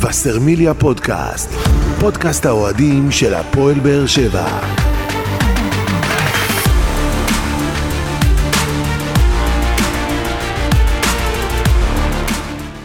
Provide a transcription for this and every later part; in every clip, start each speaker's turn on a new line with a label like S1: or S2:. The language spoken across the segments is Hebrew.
S1: וסרמיליה פודקאסט, פודקאסט האוהדים של הפועל באר שבע.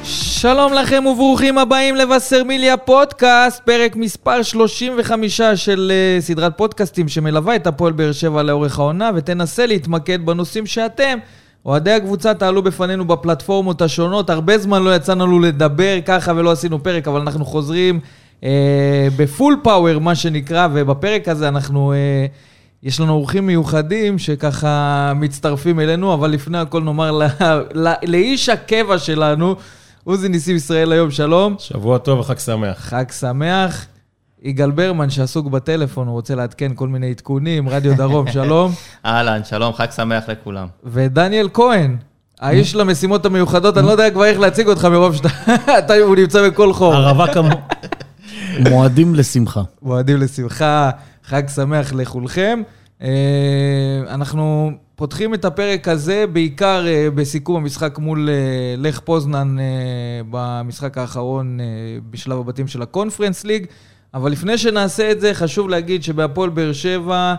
S2: שלום לכם וברוכים הבאים לבשרמיליה פודקאסט, פרק מספר 35 של אה, סדרת פודקאסטים שמלווה את הפועל באר שבע לאורך העונה, ותנסה להתמקד בנושאים שאתם, אוהדי הקבוצה, תעלו בפנינו בפלטפורמות השונות. הרבה זמן לא יצא לנו לדבר ככה ולא עשינו פרק, אבל אנחנו חוזרים אה, בפול פאוור, מה שנקרא, ובפרק הזה אנחנו... אה, יש לנו אורחים מיוחדים שככה מצטרפים אלינו, אבל לפני הכל נאמר ל- ל- לאיש הקבע שלנו, עוזי ניסים ישראל היום, שלום.
S3: שבוע טוב וחג שמח.
S2: חג שמח. יגאל ברמן שעסוק בטלפון, הוא רוצה לעדכן כל מיני עדכונים, רדיו דרום, שלום.
S4: אהלן, שלום, חג שמח לכולם.
S2: ודניאל כהן, האיש למשימות המיוחדות, אני לא יודע כבר איך להציג אותך מרוב שאתה... אתה- הוא נמצא בכל חור.
S3: ערבה כמו...
S5: מועדים לשמחה.
S2: מועדים לשמחה, חג שמח לכולכם. אה, אנחנו פותחים את הפרק הזה בעיקר אה, בסיכום המשחק מול אה, לך פוזנן אה, במשחק האחרון אה, בשלב הבתים של הקונפרנס ליג. אבל לפני שנעשה את זה, חשוב להגיד שבהפועל באר שבע,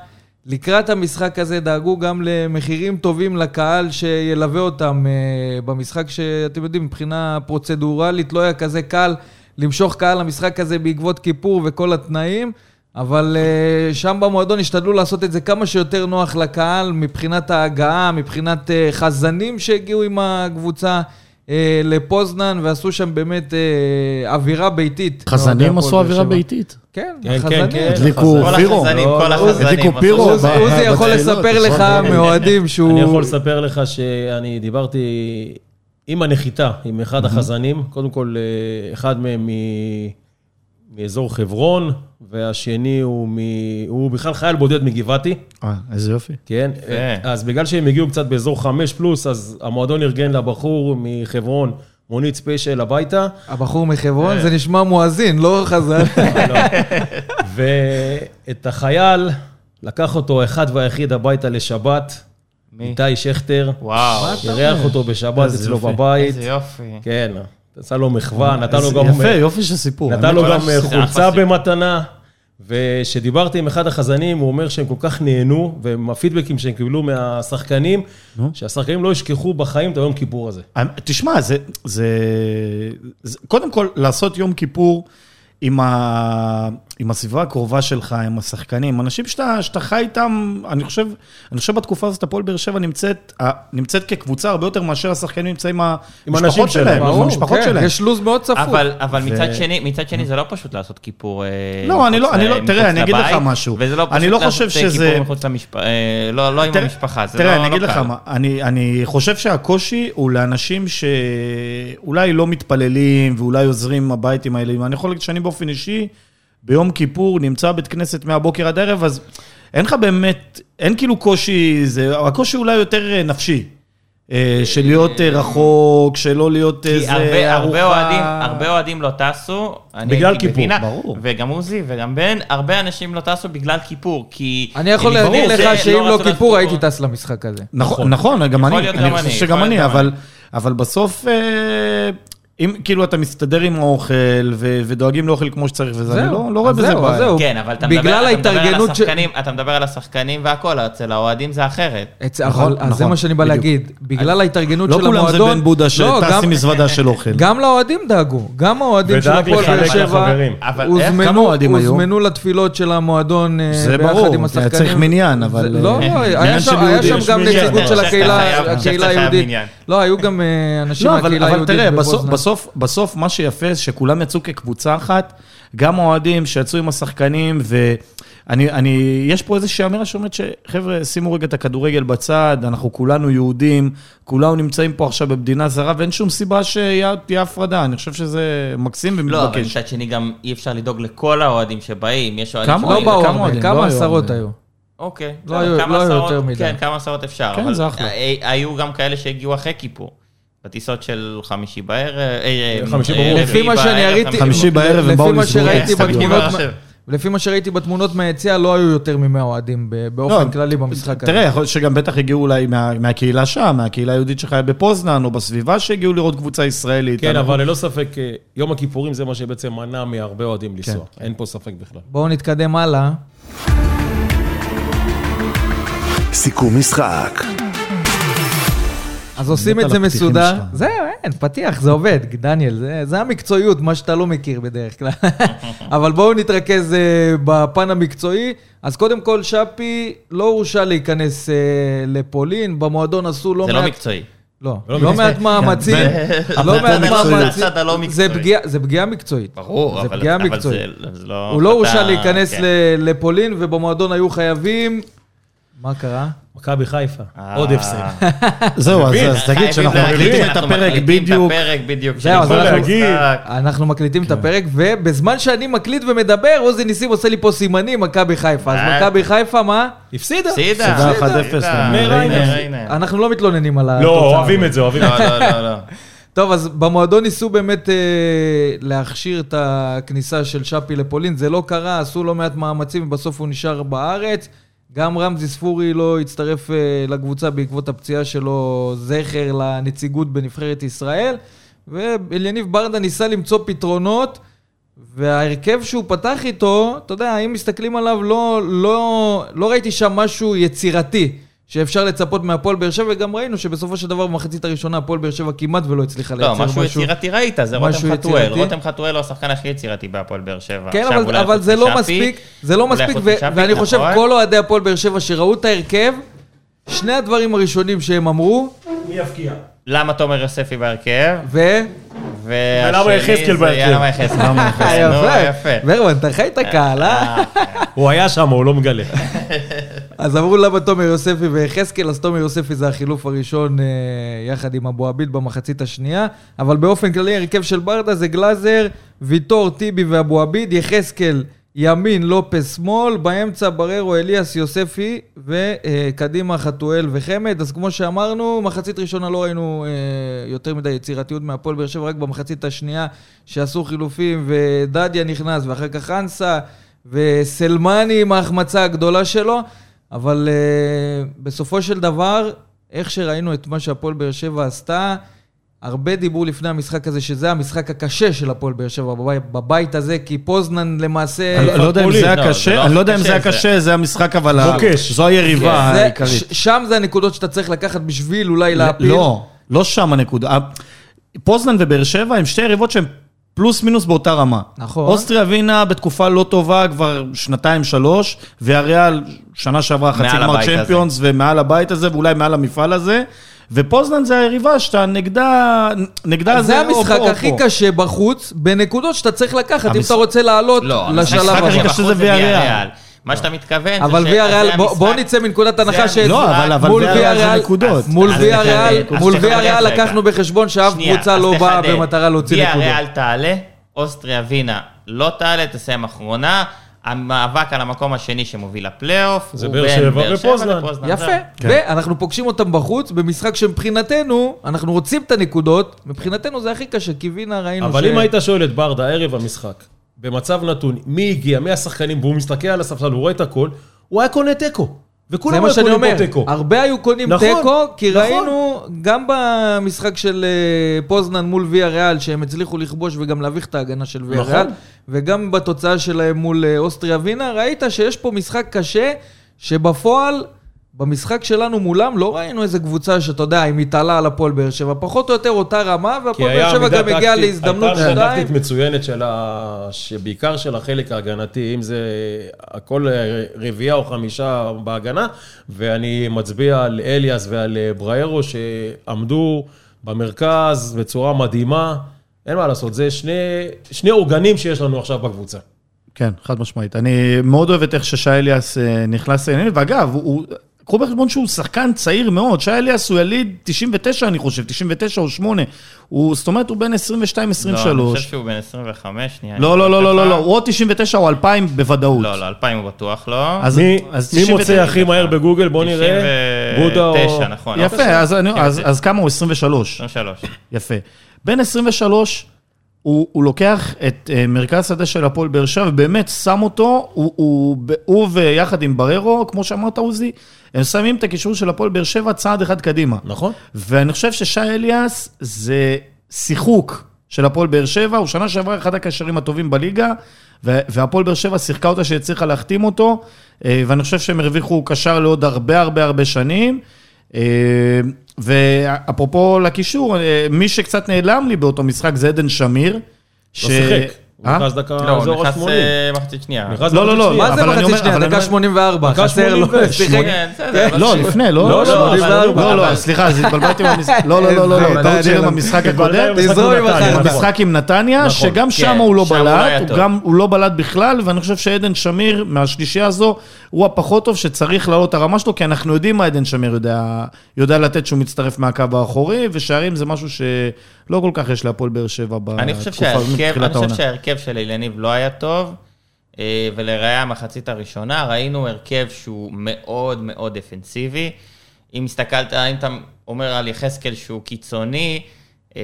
S2: לקראת המשחק הזה דאגו גם למחירים טובים לקהל שילווה אותם אה, במשחק שאתם יודעים, מבחינה פרוצדורלית לא היה כזה קל למשוך קהל למשחק הזה בעקבות כיפור וכל התנאים, אבל אה, שם במועדון השתדלו לעשות את זה כמה שיותר נוח לקהל מבחינת ההגעה, מבחינת אה, חזנים שהגיעו עם הקבוצה. אה, לפוזנן, ועשו שם באמת אה, אווירה ביתית.
S5: חזנים
S2: לאוהדי
S5: עשו
S2: הפועל באר
S5: אווירה
S2: שבע.
S5: ביתית.
S2: כן,
S3: כן,
S2: חזנים.
S3: כן, כן.
S5: הדליקו
S4: כל
S5: פירו.
S4: החזנים,
S2: לא,
S4: כל
S2: לא,
S4: החזנים.
S5: הדליקו פירו.
S4: עשו-
S2: עוזי
S5: ב-
S2: עוזי יכול
S5: בתפילות,
S2: לספר
S5: יש
S2: לך
S5: עוד-
S2: מאוהדים שהוא...
S3: אני יכול לספר לך שאני דיברתי עם הנחיתה, עם אחד החזנים, קודם כל, אה, אחד מהם מ- מאזור חברון, והשני הוא מ... הוא בכלל חייל בודד מגבעתי,
S5: אה, איזה יופי.
S3: כן?
S4: יפה.
S3: אז בגלל שהם הגיעו קצת באזור חמש פלוס, אז המועדון ארגן לבחור מחברון מונית ספיישל הביתה.
S2: הבחור מחברון, זה נשמע מואזין, לא חזן.
S5: אה,
S3: ואת החייל, לקח אותו האחד והיחיד הביתה לשבת,
S4: מי?
S3: איתי שכטר,
S4: וואו,
S3: אירח אותו בשבת
S5: איזה
S3: אצלו
S5: יופי.
S3: בבית,
S4: איזה יופי.
S3: כן, עשה לו מחווה, נתן לו
S5: איזה-
S3: גם
S5: יפה, יופי של סיפור. לא-
S3: נתן לו
S4: כל
S3: גם
S4: הש- זה
S3: חולצה
S4: אחלה סיפור.
S3: במתנה. וכשדיברתי עם אחד החזנים, הוא אומר שהם כל כך נהנו, ומהפידבקים שהם קיבלו מהשחקנים, שהשחקנים לא ישכחו בחיים את היום כיפור הזה.
S5: אה, תשמע, זה, זה, זה... קודם כל, לעשות יום כיפור עם, ה, עם הסביבה הקרובה שלך, עם השחקנים, אנשים שאתה, שאתה חי איתם, אני חושב, אני חושב בתקופה הזאת הפועל באר שבע נמצאת, ה- נמצאת כקבוצה הרבה יותר מאשר השחקנים נמצאים עם
S3: האנשים
S5: המשפחות
S3: שלהם,
S5: שלהם. עם
S2: ברור,
S5: המשפחות
S2: כן,
S5: שלהם.
S2: יש לו"ז מאוד צפוף.
S4: אבל, אבל מצד שני, מצד שני זה לא פשוט לעשות כיפור אה,
S5: לא, אני לא-
S4: מחוץ
S5: אני
S4: ל-
S5: לא-
S4: מחוץ
S5: תראה, אני אגיד לך
S4: לבית,
S5: משהו.
S4: וזה לא פשוט
S5: אני לא
S4: לעשות
S5: חושב
S4: אה,
S5: שזה-
S4: כיפור מחוץ למשפחה, לא לא עם
S5: תראה-
S4: המשפחה, זה לא
S5: תראה,
S4: לא
S5: אני אגיד לך
S4: קל.
S5: מה, אני, אני חושב שהקושי הוא לאנשים שאולי לא מתפללים ואולי עוזרים הבית עם הילדים. אני יכול להגיד שאני באופן אישי, ביום כיפור נמצא בית כנסת מהבוקר עד הערב, אז אין לך באמת, אין כאילו קושי, זה, הקושי אולי יותר אה, נפשי. אה, של להיות אה, רחוק, שלא להיות
S4: כי
S5: איזה
S4: הרבה- הרבה
S5: ארוחה.
S4: אוהדים, הרבה אוהדים לא טסו. אני
S3: בגלל
S4: הייתי
S3: כיפור,
S4: בגינה,
S5: ברור.
S4: וגם עוזי וגם בן, הרבה אנשים לא טסו בגלל כיפור, כי...
S2: אני יכול
S4: ברור,
S2: להגיד
S4: זה
S2: לך שאם לא
S4: רצו לעשות
S2: כיפור הייתי טס למשחק הזה.
S5: נכון, נכון, גם אני,
S4: להיות
S5: אני
S4: גם
S5: חושב
S4: אני,
S5: שגם
S4: יכול להיות
S5: אני,
S4: גם
S5: אבל, אבל בסוף, אה, אם כאילו אתה מסתדר עם האוכל ו- ודואגים לאוכל כמו שצריך וזה, אני לא, לא רואה
S2: אז
S5: בזה
S2: זהו, אז
S5: בעיה.
S2: זהו.
S4: כן, אבל אתה מדבר,
S2: בגלל
S4: אתה מדבר על
S2: ההתארגנות ש...
S4: השחקנים, אתה מדבר על השחקנים והכל, אצל האוהדים זה אחרת.
S2: אצ-
S5: נכון,
S2: אבל- אז זה
S5: נכון,
S2: מה שאני בא
S5: בדיוק.
S2: להגיד. בגלל ההתארגנות
S5: לא
S2: של המועדון...
S5: כולם זה בן בודה
S2: לא,
S5: שטס
S2: גם-
S5: עם מזוודה של אוכל.
S2: גם לאוהדים דאגו, גם האוהדים של
S3: ודאג
S2: הפועל באר
S3: לחלק
S2: שבע
S3: לחברים.
S4: אבל איך?
S5: כמה
S2: הוזמנו,
S5: אוהדים היו?
S2: הוזמנו לתפילות של המועדון אה,
S5: זה
S2: ביחד
S5: ברור,
S2: עם
S5: זה
S2: השחקנים.
S5: צריך מניין, אבל,
S2: זה- לא,
S5: אה,
S2: לא, היה
S5: מניין
S2: שם
S5: של
S2: היה
S5: יהודים.
S2: שם גם
S5: יש מניין.
S2: נציגות של
S4: שאתה חייב-
S2: הקהילה
S4: שאתה
S2: הקהילה
S4: חייב
S2: היהודית.
S4: מניין.
S2: לא, היו גם אה, אנשים
S5: לא, אבל,
S2: מהקהילה
S5: אבל
S2: היהודית
S5: תראה, בסוף,
S2: בבוזנה.
S5: בסוף, בסוף מה שיפה זה שכולם יצאו כקבוצה אחת, גם האוהדים שיצאו עם השחקנים, ואני, אני, יש פה איזושהי אמירה שאומרת שחבר'ה, שימו רגע את הכדורגל בצד, אנחנו כולנו יהודים, כולנו נמצאים פה עכשיו במדינה זרה, ואין שום סיבה שתהיה הפרדה, אני חושב שזה מקסים
S4: לא, אבל
S5: ומתבקש.
S4: מצד שני גם אי אפשר לדאוג לכל האוהדים שבאים, יש אוהדים
S5: כמה
S4: שבאים.
S2: לא באו
S5: אוהדים? כמה
S2: הרבה,
S5: אוהדים?
S2: כמה
S5: לא היו
S2: עשרות
S5: הרבה.
S2: היו.
S4: אוקיי.
S2: לא היו-
S4: כמה
S2: לא היו
S4: עשרות-
S2: יותר מדי.
S4: כן, כמה עשרות אפשר.
S5: כן,
S4: אבל
S5: זה אחלה.
S4: ה- היו גם כאלה שהגיעו אחרי כיפור. בטיסות של חמישי בערב, אה, אה,
S3: חמישי
S4: אה,
S3: ברור.
S4: רביעי
S2: לפי מה שאני
S4: בערב,
S2: ראיתי,
S5: חמישי בערב
S2: לפי
S5: הם באו
S2: מה
S5: לסגור.
S2: שראיתי
S4: כן, סגרו
S2: בתמונות,
S4: בערב.
S2: ולפי מה שראיתי בתמונות מהיציע, לא היו יותר מ-100 אוהדים ב- באופן כללי במשחק
S5: לא, תראה, יכול להיות שגם בטח הגיעו אולי מה, מהקהילה שם, מהקהילה היהודית שחיה בפוזנן, או בסביבה שהגיעו לראות קבוצה ישראלית.
S3: כן,
S5: אנחנו-
S3: אבל
S2: לא-
S3: ללא ספק, אה, יום הכיפורים זה מה שבעצם מנע מהרבה
S2: כן.
S3: אוהדים לנסוע. אין פה ספק בכלל.
S2: בואו נתקדם הלאה.
S1: סיכום משחק.
S2: אז עושים את
S5: מת על
S2: זה
S5: הפתיחים
S2: מסודר.
S5: שלך.
S2: זהו, אין, פתיח, זה עובד, דניאל, זה, זה המקצועיות, מה שאתה לא מכיר בדרך כלל. אבל בואו נתרכז אה, בפן המקצועי. אז קודם כל, שפי לא הורשה להיכנס אה, לפולין, במועדון עשו לא
S4: זה
S2: מעט...
S4: לא מקצועי.
S2: לא,
S3: לא
S2: לא
S3: מקצועי.
S2: מעט מאמצים,
S4: זה-
S2: לא
S4: זה
S2: מעט
S4: הצד
S2: מאמצים,
S4: הלא
S2: זה
S4: מקצועי.
S2: פגיעה- זה פגיעה מקצועית.
S4: ברור,
S2: זה
S4: אבל
S2: פגיעה
S4: אבל
S2: מקצועית.
S4: זה- זה לא...
S2: הוא לא
S4: אתה-
S2: הורשה להיכנס
S4: כן.
S2: ל- לפולין, ובמועדון היו חייבים... מה קרה?
S3: מכבי חיפה,
S4: אה.
S3: עוד הפסד.
S5: זהו, אז,
S3: מבין?
S5: אז תגיד שאנחנו
S4: חייבים להגיד
S5: מקליטים את
S4: שאנחנו
S5: הפרק
S4: מקליטים את
S5: בדיוק.
S4: הפרק בדיוק.
S2: זהו, אז
S4: שלפני
S2: אנחנו-
S4: המשחק.
S2: אנחנו מקליטים את
S3: כן.
S2: הפרק, ובזמן שאני מקליט ומדבר, עוזי ניסים עושה לי פה סימנים, מכבי חיפה.
S4: אה.
S2: אז מכבי חיפה, מה?
S3: הפסידה.
S4: הפסידה.
S5: הפסידה
S4: הפסידה.
S5: 1-0
S4: הפסידה.
S3: לריינה.
S4: לריינה.
S2: אנחנו לא מתלוננים על
S3: לא,
S2: התוצאה.
S3: אוהבים את זה, אוהבים את
S4: לא,
S3: זה.
S4: לא, לא, לא.
S2: טוב, אז במועדון ניסו באמת אה, להכשיר את הכניסה של שפי לפולין, זה לא קרה, עשו לא מעט מאמצים, ובסוף הוא נשאר בארץ. גם רמזי ספורי לא הצטרף אה, לקבוצה בעקבות הפציעה שלו, זכר לנציגות בנבחרת ישראל. ואליניב ברדה ניסה למצוא פתרונות, וההרכב שהוא פתח איתו, אתה יודע, אם מסתכלים עליו, לא, לא, לא ראיתי שם משהו יצירתי שאפשר לצפות מהפועל באר שבע, וגם ראינו שבסופו של דבר במחצית הראשונה הפועל באר שבע כמעט ולא הצליחה לייצר
S4: לא,
S2: משהו.
S4: משהו יצירתי ראית, זה
S2: משהו
S4: רותם חתואל.
S2: יצירתי.
S4: רותם חתואל הוא השחקן הכי יצירתי בהפועל באר שבע.
S2: כן,
S4: עכשיו
S2: אבל,
S4: אולי
S2: אבל
S4: חוץ
S2: זה לא
S4: משאפי,
S2: מספיק, זה לא
S4: אולי
S2: מספיק,
S4: חוץ
S2: ו-
S4: משאפי,
S2: ואני חושב,
S4: נכון?
S2: כל אוהדי הפועל באר שבע שראו את ההרכב, שני הדברים הראשונים שהם אמרו,
S3: מי יפקיע?
S4: למה תומר יוספי בהרכב?
S2: ו...
S4: והשני
S3: ולמה יחזקאל
S4: זה-
S3: בהרכב?
S4: למה יחזקאל? נו, יפה.
S2: ברמן, אה, אתה חי את הקהל, אה?
S3: הוא היה שם, הוא לא מגלה.
S2: אז אמרו למה תומר יוספי ויחזקאל, אז תומר יוספי זה החילוף הראשון אה, יחד עם אבו עביד במחצית השנייה, אבל באופן כללי הרכב של ברדה זה גלאזר, ויטור, טיבי ואבו עביד, יחזקאל ימין, לופס שמאל, באמצע בררו, אליאס, יוספי וקדימה, חתואל וחמד. אז כמו שאמרנו, מחצית ראשונה לא ראינו אה, יותר מדי יצירתיות מהפועל באר שבע, רק במחצית השנייה שעשו חילופים ודדיה נכנס ואחר כך חנסה. וסלמני עם ההחמצה הגדולה שלו, אבל uh, בסופו של דבר, איך שראינו את מה שהפועל באר שבע עשתה, הרבה דיברו לפני המשחק הזה, שזה המשחק הקשה של הפועל באר שבע בבית, בבית הזה, כי פוזנן למעשה...
S5: אני לא יודע אם זה
S3: פולין,
S5: היה
S4: לא, זה
S5: קשה,
S4: לא
S5: אני לא יודע אם
S4: קשה,
S5: זה היה
S4: זה-
S5: קשה, זה המשחק, אבל... ה-
S3: מוקש.
S5: זו היריבה
S2: כן, זה-
S5: העיקרית.
S2: ש- שם זה הנקודות שאתה צריך לקחת בשביל אולי להפיל.
S5: לא, לא שם הנקודה. פוזנן ובאר שבע הם שתי יריבות שהן פלוס מינוס באותה רמה.
S2: נכון.
S5: אוסטריה ווינה בתקופה לא טובה כבר שנתיים-שלוש, והריאל שנה שעברה חצי
S4: מעל
S5: גמר
S4: הבית הזה.
S5: צ'מפיונס ומעל הבית הזה ואולי מעל המפעל הזה. ופוזנן זה היריבה שאתה נגדה, נגדה
S2: זה המשחק
S5: או פה, או
S2: הכי
S5: פה.
S2: קשה בחוץ, בנקודות שאתה צריך לקחת, אם
S5: המש-
S2: אתה רוצה לעלות
S4: לא, המשחק
S2: לשלב
S4: הכי
S2: הבא.
S5: קשה
S4: בחוץ
S5: זה ויאריאל.
S4: ויאריאל. מה שאתה מתכוון זה
S2: אבל
S4: ש-
S2: ויה ריאל,
S4: זה
S2: בוא-
S4: המשחק-
S2: בוא נצא מנקודת הנחה ש...
S4: המשחק.
S5: לא, אבל- אבל
S2: מול
S5: ויה
S2: ויה
S5: ריאל זה
S2: ריאל,
S5: נקודות.
S2: מול
S4: אז
S2: ויה
S4: תחדד,
S2: ריאל,
S4: אז
S2: מול
S4: תחדד
S2: ויה ריאל
S4: רגע.
S2: לקחנו בחשבון שאף
S4: שנייה,
S2: קבוצה
S4: אז
S2: לא באה
S4: תחדד.
S2: במטרה להוציא
S4: ויה
S2: נקודות.
S4: ריאל תעלה, אוסטריה ווינה לא תעלה, תסיים אחרונה. המאבק על המקום השני שמוביל לפלייאוף.
S3: זה
S4: הוא
S3: באר
S4: בין
S3: שבע ופוזנן.
S2: יפה,
S4: זהו.
S2: ואנחנו פוגשים אותם בחוץ, במשחק שמבחינתנו, אנחנו רוצים את הנקודות, מבחינתנו זה הכי קשה, כי וינה ראינו
S3: אבל אם היית שואל את ברדה ערב המשחק, במצב נתון, מי הגיע, מי השחקנים, והוא מסתכל על הספסל, הוא רואה את הכל, הוא היה קונה תיקו.
S2: זה
S3: וכולם
S2: מה
S3: היו
S2: שאני
S3: קונים
S2: אומר,
S3: פה תיקו.
S2: הרבה היו קונים
S3: נכון,
S2: תיקו, כי
S3: נכון.
S2: ראינו גם במשחק של אה, פוזנן מול ויה ריאל, שהם הצליחו לכבוש וגם להביך את ההגנה של ויה
S3: נכון.
S2: ריאל, וגם בתוצאה שלהם מול אה, אוסטריה ווינה, ראית שיש פה משחק קשה, שבפועל, במשחק שלנו מולם, לא ראינו איזה קבוצה שאתה יודע, היא מתעלה על הפועל באר שבע, פחות או יותר אותה רמה,
S3: כי
S2: והפועל
S3: היה
S2: באר שבע
S3: עמידה
S2: גם הגיעה
S3: טקטית-
S2: להזדמנות
S3: הייתה עמידה
S2: שתיים.
S3: טקטית מצוינת של ה... שבעיקר של החלק ההגנתי, אם זה הכל אה, רביעייה או חמישה בהגנה, ואני מצביע על אליאס ועל אה, בריירו שעמדו במרכז בצורה מדהימה. אין מה לעשות, זה שני, שני עוגנים שיש לנו עכשיו בקבוצה.
S5: כן, חד משמעית. אני מאוד אוהב את איך ששי אליאס אה, נכנס לעניינים, ואגב, הוא- הוא... קחו בחשבון שהוא שחקן צעיר מאוד, שי אליאס הוא יליד 99, אני חושב, 99 או 8. הוא, זאת אומרת, הוא בן 22-23.
S4: לא, אני חושב שהוא בן 25, שנייה.
S5: לא,
S4: אני
S5: לא, לא,
S4: אבדוק
S5: לא, לא,
S4: לך.
S5: לא, הוא או 99 או 2000 בוודאות.
S4: לא, לא, 2,000 הוא בטוח לא.
S5: אז-
S3: מי,
S5: אז
S3: מי
S5: 99,
S3: מוצא הכי מהר בגוגל? בוא נראה. בודה או...
S4: 99, נכון.
S5: יפה, אז אני- אז אז כמה הוא? 23.
S4: 23.
S5: יפה. בן 23 הוא, הוא לוקח את אה, מרכז שדה של הפועל באר שבע, ובאמת שם אותו, הוא, הוא, הוא, הוא ויחד עם בררו, כמו שאמרת עוזי, הם שמים את הקישור של הפועל באר שבע צעד אחד קדימה.
S3: נכון?
S5: ואני חושב ששי אליאס זה שיחוק של הפועל באר שבע, הוא שנה שעברה אחד הקשרים הטובים בליגה, ו- והפועל באר שבע שיחקה אותה שהצליחה להחתים אותו, אה, ואני חושב שהם הרוויחו קשר לעוד הרבה הרבה הרבה שנים. אה, ואפרופו לקישור, אה, מי שקצת נעלם לי באותו משחק זה עדן שמיר.
S3: לא שיחק. הוא
S5: אה?
S3: נכנס דקה
S4: לא, הוא
S3: אזור
S4: נכנס
S3: ה-80.
S4: אה, מחצית שנייה.
S3: נכנס
S5: לא, לא, לא,
S3: מחצית שנייה.
S2: מה זה
S5: אבל אני
S2: מחצית
S5: אומר-
S2: שנייה?
S5: אבל אני
S2: דקה
S5: אומר-
S2: 84,
S3: דקה
S2: חסר לו.
S3: 89,
S2: שיחק.
S4: כן, בסדר. אבל
S5: לא,
S4: ש-
S5: לפני, לא?
S3: לא, לא,
S5: אבל-
S2: אבל-
S5: לא, לא, סליחה, אז התבלבלתי עם המשחק. לא, לא, לא, לא,
S2: אבל-
S5: לא, טעות שלי במשחק הקודם.
S2: תזרום עם
S5: עם
S2: נכון.
S5: המשחק עם נתניה,
S3: נכון.
S5: שגם שם
S4: כן,
S5: הוא לא
S4: שם הוא לא היה
S5: בלט, הוא
S4: טוב.
S5: גם- הוא לא בלט בכלל, ואני חושב שעדן שמיר, מהשלישייה הזו, הוא הפחות טוב שצריך לעלות את הרמה שלו, כי אנחנו יודעים מה עדן שמיר יודע- יודע לתת שהוא מצטרף מהקו האחורי, ושערים זה משהו שלא כל כך יש להפועל באר שבע בתקופה,
S4: אני חושב שההרכב- אני
S5: אה, מתחילת
S4: חושב
S5: העונה.
S4: שההרכב של אילניב לא היה טוב, אה, ולראיה המחצית הראשונה ראינו הרכב שהוא מאוד מאוד דפנסיבי. אם הסתכלת, אם אתה אומר על יחזקאל שהוא קיצוני, אה,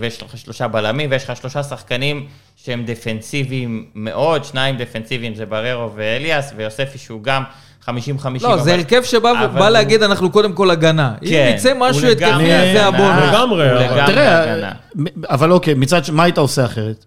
S4: ויש לך שלושה בלמים, ויש לך שלושה שחקנים שהם דפנסיביים מאוד, שניים דפנסיביים זה בררו ואליאס, ויוספי שהוא גם 50-50.
S2: לא, זה
S4: כאילו, אבל-
S2: הרכב שבא
S4: אבל
S2: בא
S4: הוא-
S2: להגיד, אנחנו קודם כל הגנה. אם
S4: כן,
S2: יצא
S4: הוא
S2: משהו
S4: לגמרי
S2: התקפי,
S4: הגנה.
S2: זה הבונוס.
S3: לגמרי,
S4: הוא
S3: אבל-
S4: לגמרי
S5: תראה,
S4: הגנה.
S5: אבל אוקיי, מצד ש... מה היית עושה אחרת?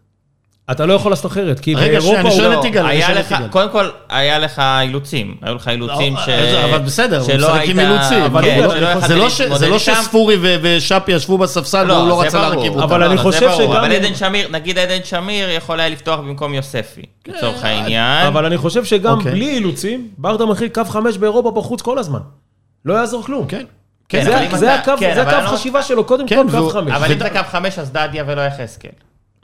S3: אתה לא יכול לעשות אחרת, כי
S5: רגע, שנייה,
S3: באירופה
S5: אני
S3: הוא
S5: שואל
S3: לא...
S5: את יגאל, אני
S4: היה
S5: שואל את
S4: לך,
S5: יגאל.
S4: קודם כל, היה לך אילוצים. היו לך אילוצים ש...
S5: לא, אבל בסדר, הוא
S4: אה, שלא
S5: משחק עם
S4: היית-
S5: אילוצים. אבל
S4: כן,
S5: הוא
S4: שלא
S5: לא-
S4: יכלת
S5: זה לא ש- זה לא
S4: להתמודד איתם.
S5: שספורי ו- ושאפי ישבו בספסל והוא לא
S4: זה
S5: רצה
S4: ברור.
S5: להרכיב אותם.
S3: אבל אני
S4: זה
S3: חושב
S4: ברור,
S3: שגם
S4: אבל
S3: אם-
S4: עדן שמיר, נגיד עדן שמיר יכול היה לפתוח במקום יוספי,
S5: כן,
S4: לצורך העניין.
S3: אבל אני חושב שגם
S5: אוקיי.
S3: בלי אילוצים, ברדה מחליק קו חמש באירופה בחוץ כל הזמן. לא יעזור כלום.
S5: כן,
S4: כן,
S5: כן,
S3: זה-
S4: אבל אם
S3: זה
S4: אתה-
S3: הקו
S4: כן,
S3: זה
S4: אבל
S3: הקו
S4: אני לא-
S3: חשיבה שלו, קודם
S5: כן,
S3: כל קו
S5: והוא-
S3: חמש.
S4: אבל אם זה קו חמש, אז דדיה ולא יחזקאל.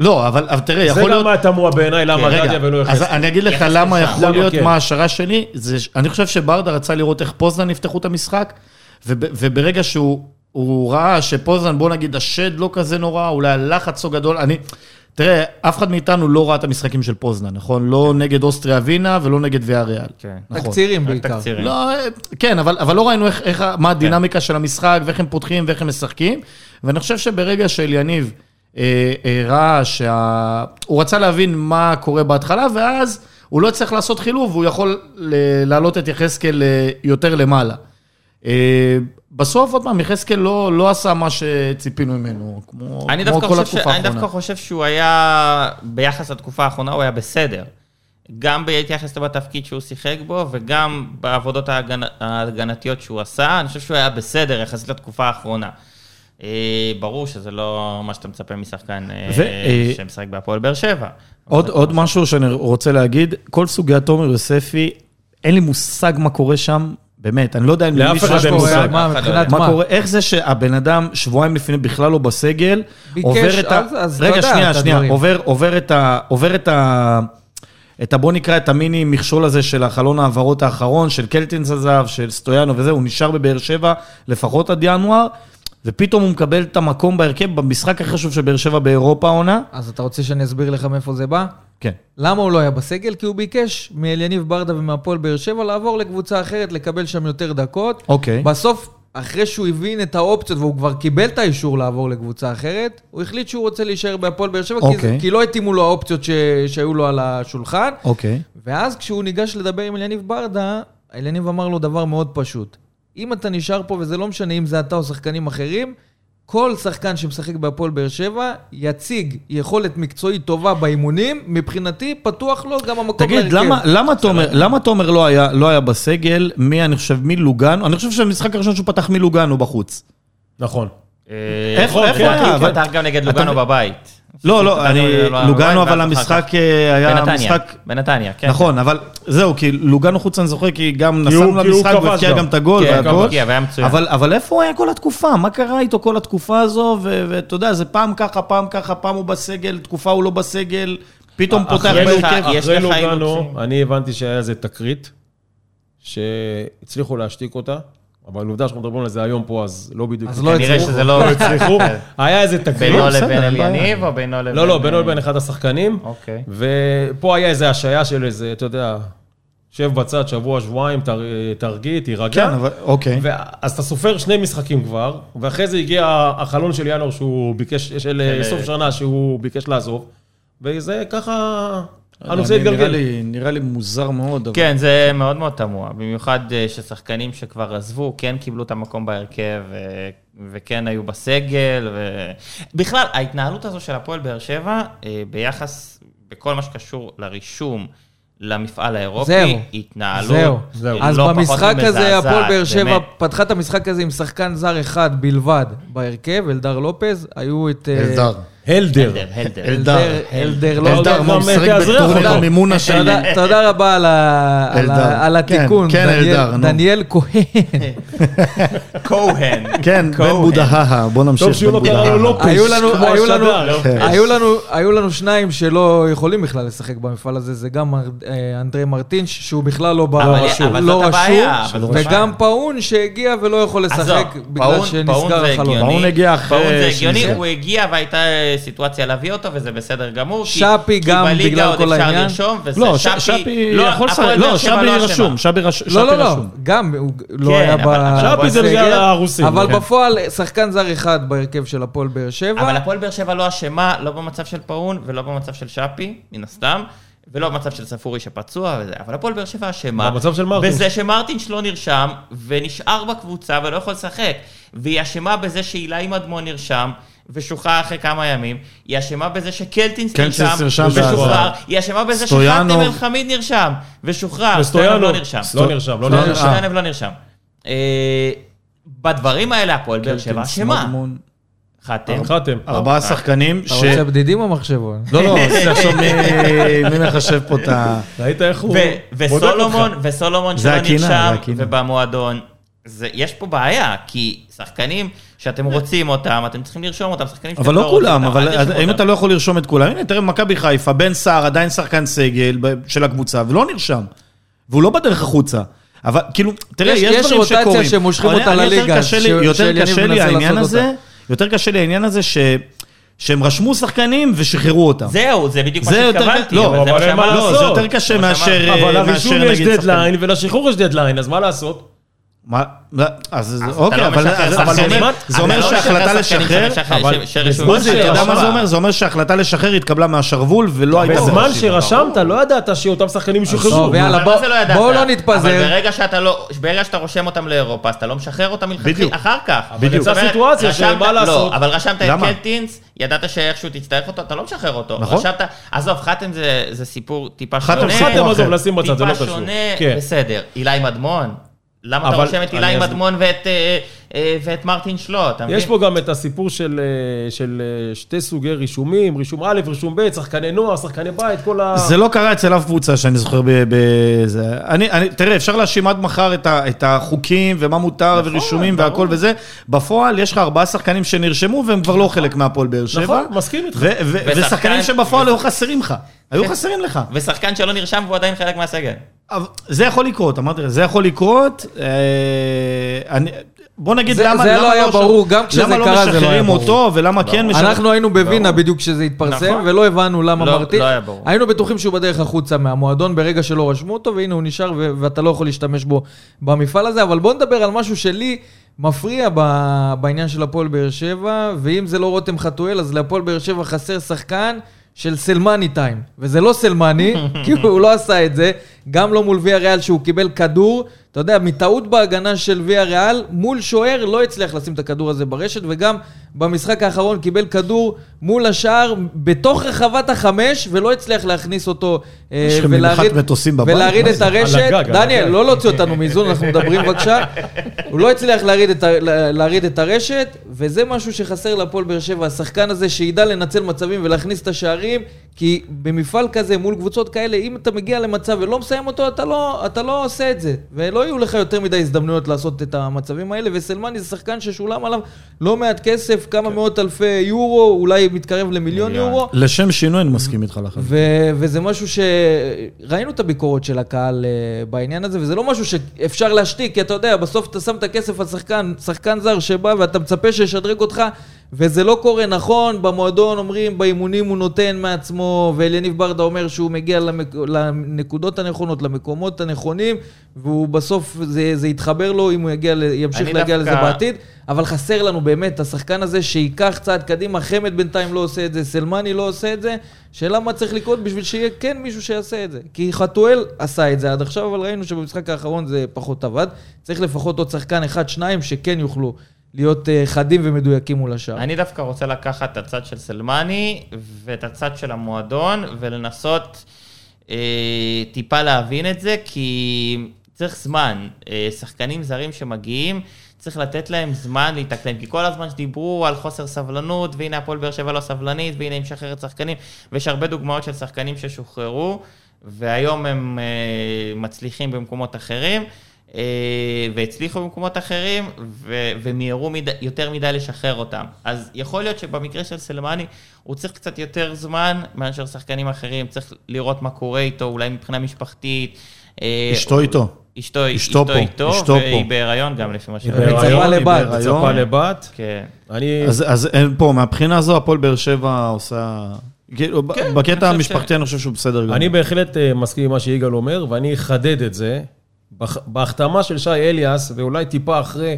S5: לא, אבל אבל תראה,
S3: זה
S5: יכול
S3: גם
S5: להיות... כן,
S3: מה תמוה בעיניי, למה
S5: רגע,
S3: דדיה ולא
S5: אז
S3: יחזקאל.
S5: אני אגיד לך
S4: יחזקאל
S5: למה
S4: שם.
S5: יכול
S3: למה?
S5: להיות
S3: כן.
S5: מה ההשערה שלי, זה, ש- אני חושב שברדה רצה לראות איך פוזנן יפתחו את המשחק, וב, וברגע שהוא הוא ראה שפוזנן, בוא נגיד, השד לא כזה נורא, אולי הלחץ לא גדול, אני... תראה, אף אחד מאיתנו לא ראה את המשחקים של פוזנן, נכון?
S3: כן.
S5: לא נגד אוסטריה ווינה ולא נגד ויה ריאל.
S4: כן.
S5: נכון.
S2: תקצירים בעיקר.
S4: תקצירים.
S5: לא, אה, כן, אבל, אבל לא ראינו איך, איך, ה-
S4: כן.
S5: מה הדינמיקה של המשחק, ואיך הם פותחים ואיך הם משחקים. ואני חושב שברגע של יניב אה, אה, ראה שה... הוא רצה להבין מה קורה בהתחלה, ואז הוא לא צריך לעשות חילוב, הוא יכול ל- להעלות את יחזקאל אה, יותר למעלה. אה, בסוף, עוד פעם, יחזקאל לא, לא עשה מה שציפינו ממנו, כמו,
S4: אני
S5: כמו
S4: דווקא
S5: כל
S4: חושב ש-
S5: התקופה
S4: אני
S5: האחרונה.
S4: דווקא חושב שהוא היה, ביחס לתקופה האחרונה, הוא היה בסדר. גם בהתייחס בתפקיד שהוא שיחק בו, וגם בעבודות ההגנ- ההגנתיות שהוא עשה, אני חושב שהוא היה בסדר יחסית לתקופה האחרונה. אה, ברור שזה לא מה שאתה מצפה משחקן אה,
S5: ו- אה,
S4: שמשחק בהפועל באר שבע.
S5: עוד, עוד משהו שאני רוצה להגיד, כל סוגיית תומר יוספי, אין לי מושג מה קורה שם, באמת, אני לא יודע אם
S3: לאף
S5: למישהו
S3: אחד
S5: יש
S3: אין
S5: מושג.
S3: מושג.
S2: מה,
S4: לא
S2: מבחינת
S5: מה
S2: מה?
S5: קורה, איך זה שהבן אדם שבועיים לפני בכלל לא בסגל,
S2: ביקש,
S5: עובר את ה...
S2: אז- אז לא
S5: רגע,
S2: אתה יודע
S5: שנייה,
S2: את
S5: שנייה,
S2: הדברים.
S5: עובר, עובר את ה... עובר את ה... את ה... בוא נקרא את המיני מכשול הזה של החלון ההעברות האחרון, של קלטינס עזב, של סטויאנו וזה, הוא נשאר בבאר שבע לפחות עד ינואר, ופתאום הוא מקבל את המקום בהרכב במשחק הכי חשוב של באר שבע באירופה העונה.
S2: אז אתה רוצה שאני אסביר לך מאיפה זה בא?
S5: כן.
S2: למה הוא לא היה בסגל? כי הוא ביקש מאליניב ברדה ומהפועל באר שבע לעבור לקבוצה אחרת, לקבל שם יותר דקות.
S5: אוקיי.
S2: בסוף, אחרי שהוא הבין את האופציות והוא כבר קיבל את האישור לעבור לקבוצה אחרת, הוא החליט שהוא רוצה להישאר בהפועל באר שבע, כי זה-
S5: אוקיי.
S2: כי לא התאימו לו האופציות ש- שהיו לו על השולחן.
S5: אוקיי.
S2: ואז כשהוא ניגש לדבר עם אליניב ברדה, אליניב אמר לו דבר מאוד פשוט. אם אתה נשאר פה, וזה לא משנה אם זה אתה או שחקנים אחרים, כל שחקן שמשחק בהפועל באר שבע יציג יכולת מקצועית טובה באימונים, מבחינתי פתוח לו גם המקום
S5: תגיד, למה,
S4: כן.
S5: למה, תומר, למה תומר לא היה, לא היה בסגל? מי, אני חושב, מלוגנו? אני חושב שהמשחק הראשון שהוא פתח מלוגנו בחוץ.
S3: נכון.
S5: איפה-
S4: הוא
S5: איפה היה? אבל-
S4: פתח גם נגד
S5: אתה-
S4: לוגנו בבית.
S5: לא, לא,
S4: לוגנו
S5: אני...
S4: לא היה
S5: לוגנו,
S4: בבית,
S5: אבל
S4: ואז אחר
S5: המשחק
S4: כך-
S5: אה, היה
S4: בנתניה,
S5: משחק...
S4: בנתניה, כן.
S5: נכון, אבל זהו, כי לוגנו חוץ אני זוכר, כי גם
S3: כי הוא-
S5: נסענו
S3: כי הוא
S5: למשחק
S3: כבש
S5: והבקיע
S3: גם.
S5: גם את הגול
S4: כן,
S5: והכל.
S4: גם הבקיע, והיה מצוין.
S5: אבל אבל איפה הוא היה כל התקופה? מה קרה איתו כל התקופה הזו? ו- ואתה יודע, זה פעם ככה, פעם ככה, פעם הוא בסגל, תקופה הוא לא בסגל, פתאום פותח
S4: יש לך-
S5: בהרכב.
S4: יש
S3: אחרי
S4: לך
S3: לוגנו,
S4: אילוצים.
S3: אני הבנתי שהיה איזה תקרית, שהצליחו להשתיק אותה, אבל עובדה שאנחנו מדברים על זה היום פה, אז לא בדיוק.
S2: אז לא
S4: כנראה
S2: הצליחו.
S4: שזה לא...
S3: הצליחו. היה איזה תקרית.
S2: לא,
S4: בינו
S5: בסדר,
S4: לבין
S5: אין בעיה.
S4: אליניב או בינו לבין...
S3: לא, לא, בינו לבין אחד השחקנים.
S4: אוקיי.
S3: ופה היה איזו השעיה של איזה, אתה יודע, שב בצד שבוע, שבועיים, תר, תרגיע, תירגע.
S5: כן, אבל... אוקיי.
S3: ו- אז אתה סופר שני משחקים כבר, ואחרי זה הגיע החלון של ינואר שהוא ביקש, של
S4: של-
S3: סוף שנה שהוא ביקש לעזוב, וזה ככה, הנושא
S5: אני- נראה
S3: התגלגל.
S5: לי- נראה לי מוזר מאוד, אבל...
S4: כן, זה מאוד מאוד תמוה. במיוחד אה, ששחקנים שכבר עזבו, כן קיבלו את המקום בהרכב, אה, וכן היו בסגל, ו... בכלל, ההתנהלות הזו של הפועל באר שבע, אה, ביחס, בכל מה שקשור לרישום, למפעל האירופי,
S2: זהו.
S4: התנהלות
S2: זהו.
S4: היא
S2: אז
S4: לא פחות
S2: במשחק הזה,
S4: ממזעזעת,
S2: הפועל באר שבע
S4: באמת.
S2: פתחה את המשחק הזה עם שחקן זר אחד בלבד בהרכב, אלדר לופז. היו את... אה,
S6: אלדר.
S3: הלדר.
S4: הלדר, הלדר.
S2: אלדר, אלדר, לא
S6: אלדר,
S2: יודע
S6: מה, הוא
S3: גם
S6: משחק
S3: תאזרח
S6: בטורניר
S2: אותו.
S6: המימונה של...
S2: תודה- תודה רבה על ה- על
S6: אלדר.
S2: ה- על
S6: כן,
S2: התיקון.
S6: כן,
S2: דניאל-
S6: אלדר, נו.
S2: דניאל כהן.
S4: כהן.
S6: כן, בן
S4: כהן.
S6: בודהה, בוא נמשיך.
S3: טוב שהוא
S6: בן
S3: לא קרא לו
S6: בודהה.
S3: לופס,
S2: היו לנו-
S3: כמו לא.
S2: היו לנו-
S3: השדר.
S6: כן.
S2: היו לנו- היו לנו שניים שלא יכולים בכלל לשחק במפעל הזה, זה גם מר- אה, אנדרי מרטינש, שהוא בכלל לא ב-
S4: אבל-
S2: רשום,
S4: אבל
S2: לא
S4: זאת הבעיה, אבל
S2: רשום,
S4: זאת
S2: וגם
S4: הבעיה.
S2: פאון שהגיע ולא יכול לשחק
S4: עזוב,
S2: בגלל שנסגר החלון.
S5: פאון הגיע אחרי
S4: פאון זה הגיוני,
S5: שנסגר.
S4: הוא הגיע והייתה אה, סיטואציה להביא אותו, וזה בסדר גמור. כי-
S2: שפי גם
S4: כי
S2: בגלל
S4: בליגה עוד
S2: כל
S4: אפשר
S2: העניין.
S4: לרשום, וזה
S5: לא, ש- שפי יכול לשחק.
S4: הפועל באר
S5: לא,
S4: שבע
S5: שבי
S4: לא אשמה.
S5: רשום. שבי רש- שפי
S2: לא, לא, לא,
S5: רשום.
S2: גם הוא לא
S4: כן,
S2: היה ב-
S4: אבל עכשיו
S2: בסגל.
S3: שפי זה בגלל הרוסים,
S2: אבל
S3: כן.
S2: בפועל, שחקן זר אחד בהרכב של הפועל באר שבע.
S4: אבל הפועל באר שבע לא אשמה, לא במצב של פאון, ולא במצב של שפי, מן הסתם, ולא במצב של ספורי שפצוע וזה, אבל הפועל באר שבע אשמה.
S3: לא, במצב של מרטינש.
S4: בזה שמרטינש לא נרשם, ונשאר בקבוצה ולא יכול לשחק. והיא אשמה בזה שאילי מדמון נרשם. ושוחרר אחרי כמה ימים, היא אשמה בזה שקלטינס
S5: קלטינס נרשם
S4: ושוחרר,
S5: ואז-
S4: היא אשמה בזה
S5: סטויאנוב.
S4: שחתם אל חמיד נרשם, ושוחרר, סטויאנוב
S3: וסטויאנו,
S4: לא נרשם.
S3: לא נרשם, לא
S5: סטויאנו.
S3: נרשם.
S4: סטויאנוב לא נרשם. אה, בדברים האלה הפועל באר שבע
S5: קלטינס,
S4: אשמה. אה,
S5: מדמון.
S4: חתם.
S3: חתם.
S5: ארבעה שחקנים
S2: אתה
S5: ש...
S2: רוצה בדידים או מחשבון?
S5: לא, לא,
S4: כן,
S5: זה עכשיו מי- מי מחשב פה את ה...
S3: ראית איך הוא... לא
S4: ו-
S3: בודק
S4: וסולומון,
S3: אותך.
S4: וסולומון
S5: זה
S4: שלא
S5: הקינה,
S4: נרשם,
S5: זה הקינה.
S4: ובמועדון. זה, יש פה בעיה, כי שחקנים שאתם רוצים אותם, אתם צריכים לרשום אותם, שחקנים שאתם
S5: אבל לא
S4: רוצים
S5: כולם,
S4: אותם, אל
S5: אבל
S4: תרשמו
S5: אם
S4: אותם.
S5: אתה לא יכול לרשום את כולם, הנה, תראה, מכבי חיפה, בן סער עדיין שחקן סגל ב- של הקבוצה, ולא נרשם. והוא לא בדרך החוצה. אבל כאילו, תראה,
S2: יש-
S5: יש,
S2: יש
S5: דברים
S2: רוטציה
S5: שקורים.
S2: שמושכים
S5: אני-
S2: אותה
S5: אני יותר
S2: לליגה,
S5: קשה לי-
S2: ש-
S5: יותר
S2: שיניב
S5: קשה לי
S2: מנסה
S5: העניין
S2: לעשות
S5: הזה, יותר קשה לי העניין הזה ש... שהם רשמו שחקנים ושחררו אותם.
S4: זהו, זה בדיוק מה
S5: לא- זה יותר-
S4: שהתכוונתי,
S5: לא,
S4: אבל
S3: אבל
S4: זה מה
S3: אין מה
S4: שאמרתי.
S5: לא, זה
S3: לעשות.
S5: יותר קשה
S4: כמו
S5: מאשר
S4: שאמרתי.
S5: אה,
S3: אבל
S5: מאשר,
S3: לרישום יש
S5: נגיד, שחקנים.
S3: דדליין, ולשחרור יש דדליין, אז מה לעשות?
S5: מה? אז
S4: אז אתה
S5: אוקיי,
S4: לא
S5: אבל
S4: משחרר
S5: אז-
S4: שחקנים.
S5: אבל זה אומר-
S4: אתה
S5: זה
S4: לא
S5: אומר
S4: משחרר
S5: שההחלטה
S4: שחקנים
S5: לשחרר...
S4: שמשחרר-
S5: אבל-
S4: ש- שרשומים.
S5: בוזי, אתה יודע מה
S4: שרשומים.
S5: זה אומר? זה אומר שההחלטה לשחרר התקבלה מהשרוול ולא הייתה...
S3: בזמן
S5: ברשימה.
S3: שרשמת, לא ידעת שאותם שחקנים ישוחררו.
S2: טוב, יאללה,
S4: אבל
S2: בוא-
S4: מה זה לא ידעת?
S2: בואו לא
S4: אבל
S2: נתפזר.
S4: ברגע שאתה לא, ברגע שאתה רושם אותם לאירופה, אז אתה לא משחרר אותם מלכתחילה,
S5: בדיוק.
S4: אחר כך.
S3: בדיוק.
S4: זאת אומרת,
S3: זו סיטואציה
S4: רשמת-
S3: שמה לעשות?
S4: לא, אבל רשמת את
S5: למה?
S4: קלטינס, ידעת שאיכשהו תצטרך אותו, אתה לא משחרר אותו.
S5: נכון.
S4: רשמת, עזוב, חתם זה- זה סיפור טיפה שונה.
S5: חתם
S3: חתם,
S5: סיפור
S3: עזוב,
S5: אחר.
S3: לשים בצד, זה לא
S4: טיפה
S3: קשור.
S4: שונה,
S3: כן.
S4: בסדר. אילי מדמון? למה אתה
S3: אבל-
S4: רושם את
S3: אני
S4: אילי
S3: אז-
S4: מדמון ואת, אה, אה, ואת מרטין שלו? אתה
S3: יש
S4: מבין?
S3: פה גם את הסיפור של, אה, של אה, שתי סוגי רישומים, רישום א', רישום ב', שחקני נוער, שחקני בית, כל ה...
S5: זה לא קרה אצל אף קבוצה שאני זוכר ב- בזה. אני, אני, תראה, אפשר להאשים עד מחר את, ה, את החוקים ומה מותר נכון, ורישומים
S4: ברור.
S5: והכל וזה. בפועל יש לך ארבעה שחקנים שנרשמו והם כבר לא חלק מהפועל באר שבע.
S3: נכון, מסכים איתך.
S5: ו- ו-
S4: ושחקן-
S5: ושחקנים שבפועל היו חסרים לך. היו חסרים לך.
S4: ושחקן שלא נרשם והוא עדיין חלק מהסגל.
S5: אבל זה יכול לקרות, אמרתי לך, זה יכול לקרות. אה, אני, בוא נגיד
S2: זה-
S5: למה
S2: זה
S5: למה
S2: לא היה ברור, גם כשזה קרה זה לא
S5: למה
S2: היה
S5: לא משחררים
S2: ברור. לא,
S5: אותו ולמה כן משחררים.
S2: אנחנו היינו בווינה בדיוק כשזה התפרסם,
S4: נכון.
S2: ולא הבנו למה
S4: לא-
S2: מרטין.
S4: לא היה ברור.
S2: היינו בטוחים שהוא בדרך החוצה מהמועדון ברגע שלא רשמו אותו, והנה הוא נשאר ו- ואתה לא יכול להשתמש בו במפעל הזה. אבל בואו נדבר על משהו שלי מפריע ב- בעניין של הפועל באר שבע, ואם זה לא רותם חתואל, אז להפועל באר שבע חסר שחקן. של סלמני טיים, וזה לא סלמני, כי הוא לא עשה את זה, גם לא מול ויה ריאל שהוא קיבל כדור, אתה יודע, מטעות בהגנה של ויה ריאל, מול שוער לא הצליח לשים את הכדור הזה ברשת, וגם במשחק האחרון קיבל כדור מול השער בתוך רחבת החמש, ולא הצליח להכניס אותו אה,
S5: יש לכם
S2: ולהריד,
S5: מנחת מטוסים בבית?
S2: ולהריד
S5: מה
S2: את
S5: זה?
S3: על
S2: הרשת.
S3: הגג, על
S2: דניאל,
S3: הגג.
S2: לא להוציא אותנו מאיזון, אנחנו מדברים בבקשה. הוא לא הצליח להריד את, ה- להריד את הרשת, וזה משהו שחסר להפועל באר שבע, השחקן הזה שידע לנצל מצבים ולהכניס את השערים, כי במפעל כזה, מול קבוצות כאלה, אם אתה מגיע למצב ולא מסיים אותו, אתה לא, אתה לא עושה את זה. ולא יהיו לך יותר מדי הזדמנויות לעשות את המצבים האלה, וסלמני זה שחקן ששולם עליו לא מעט כסף, כמה מאות אלפי יורו, אולי מתקרב למיליון יורו.
S5: לשם שינוי אני מסכים איתך לחלוטין.
S2: ו- וזה משהו ש... ראינו את הביקורת של הקהל אה, בעניין הזה, וזה לא משהו שאפשר להשתיק, כי אתה יודע, בסוף אתה שם את הכסף על שחקן, שחקן זר שבא ואתה מצפה שישדרג אותך, וזה לא קורה נכון, במועדון אומרים, באימונים הוא נותן מעצמו, ואליניב ברדה אומר שהוא מגיע למק... לנקודות הנכונות, למקומות הנכונים, והוא בסוף, זה, זה יתחבר לו אם הוא יגיע, ל... ימשיך
S4: אני
S2: להגיע
S4: דווקא-
S2: לזה בעתיד, אבל חסר לנו באמת השחקן הזה שייקח צעד קדימה, חמד בינתיים לא עושה את זה, סלמני לא עושה את זה, שאלה מה צריך לקרות בשביל שיהיה כן מישהו שיעשה את זה. כי חתואל עשה את זה עד עכשיו, אבל ראינו שבמשחק האחרון זה פחות עבד. צריך לפחות עוד שחקן אחד, שניים, שכן יוכלו להיות אה, חדים ומדויקים מול השאר.
S4: אני דווקא רוצה לקחת את הצד של סלמני ואת הצד של המועדון ולנסות אה, טיפה להבין את זה, כי צריך זמן. אה, שחקנים זרים שמגיעים, צריך לתת להם זמן להתאקלם. כי כל הזמן שדיברו על חוסר סבלנות, והנה הפועל באר שבע לא סבלנית, והנה היא משחררת שחקנים, ויש הרבה דוגמאות של שחקנים ששוחררו, והיום הם אה, מצליחים במקומות אחרים. אה, והצליחו במקומות אחרים, ו- ומיהרו מד- יותר מדי לשחרר אותם. אז יכול להיות שבמקרה של סלמני, הוא צריך קצת יותר זמן מאשר שחקנים אחרים, צריך לראות מה קורה איתו, אולי מבחינה משפחתית. אה,
S5: אשתו איתו.
S4: אשתו,
S5: אשתו
S4: אשתו,
S5: פה,
S4: איתו,
S5: אשתו
S4: והיא
S5: פה.
S4: בהיריון גם לפי מה ש...
S2: בהיריון. מצפה לבת.
S3: מצפה
S5: בהיריון.
S3: לבת.
S4: כן.
S3: אני...
S5: אז, אז אין פה, מהבחינה הזו, הפועל באר שבע עושה... כאילו, ב-
S4: כן, אני חושב
S5: בקטע
S4: ש-
S5: המשפחתי אני חושב שהוא בסדר גמור.
S3: אני בהחלט אה, מסכים עם מה שיגאל אומר, ואני אחדד את זה. בח- בהחתמה של שי אליאס, ואולי טיפה אחרי,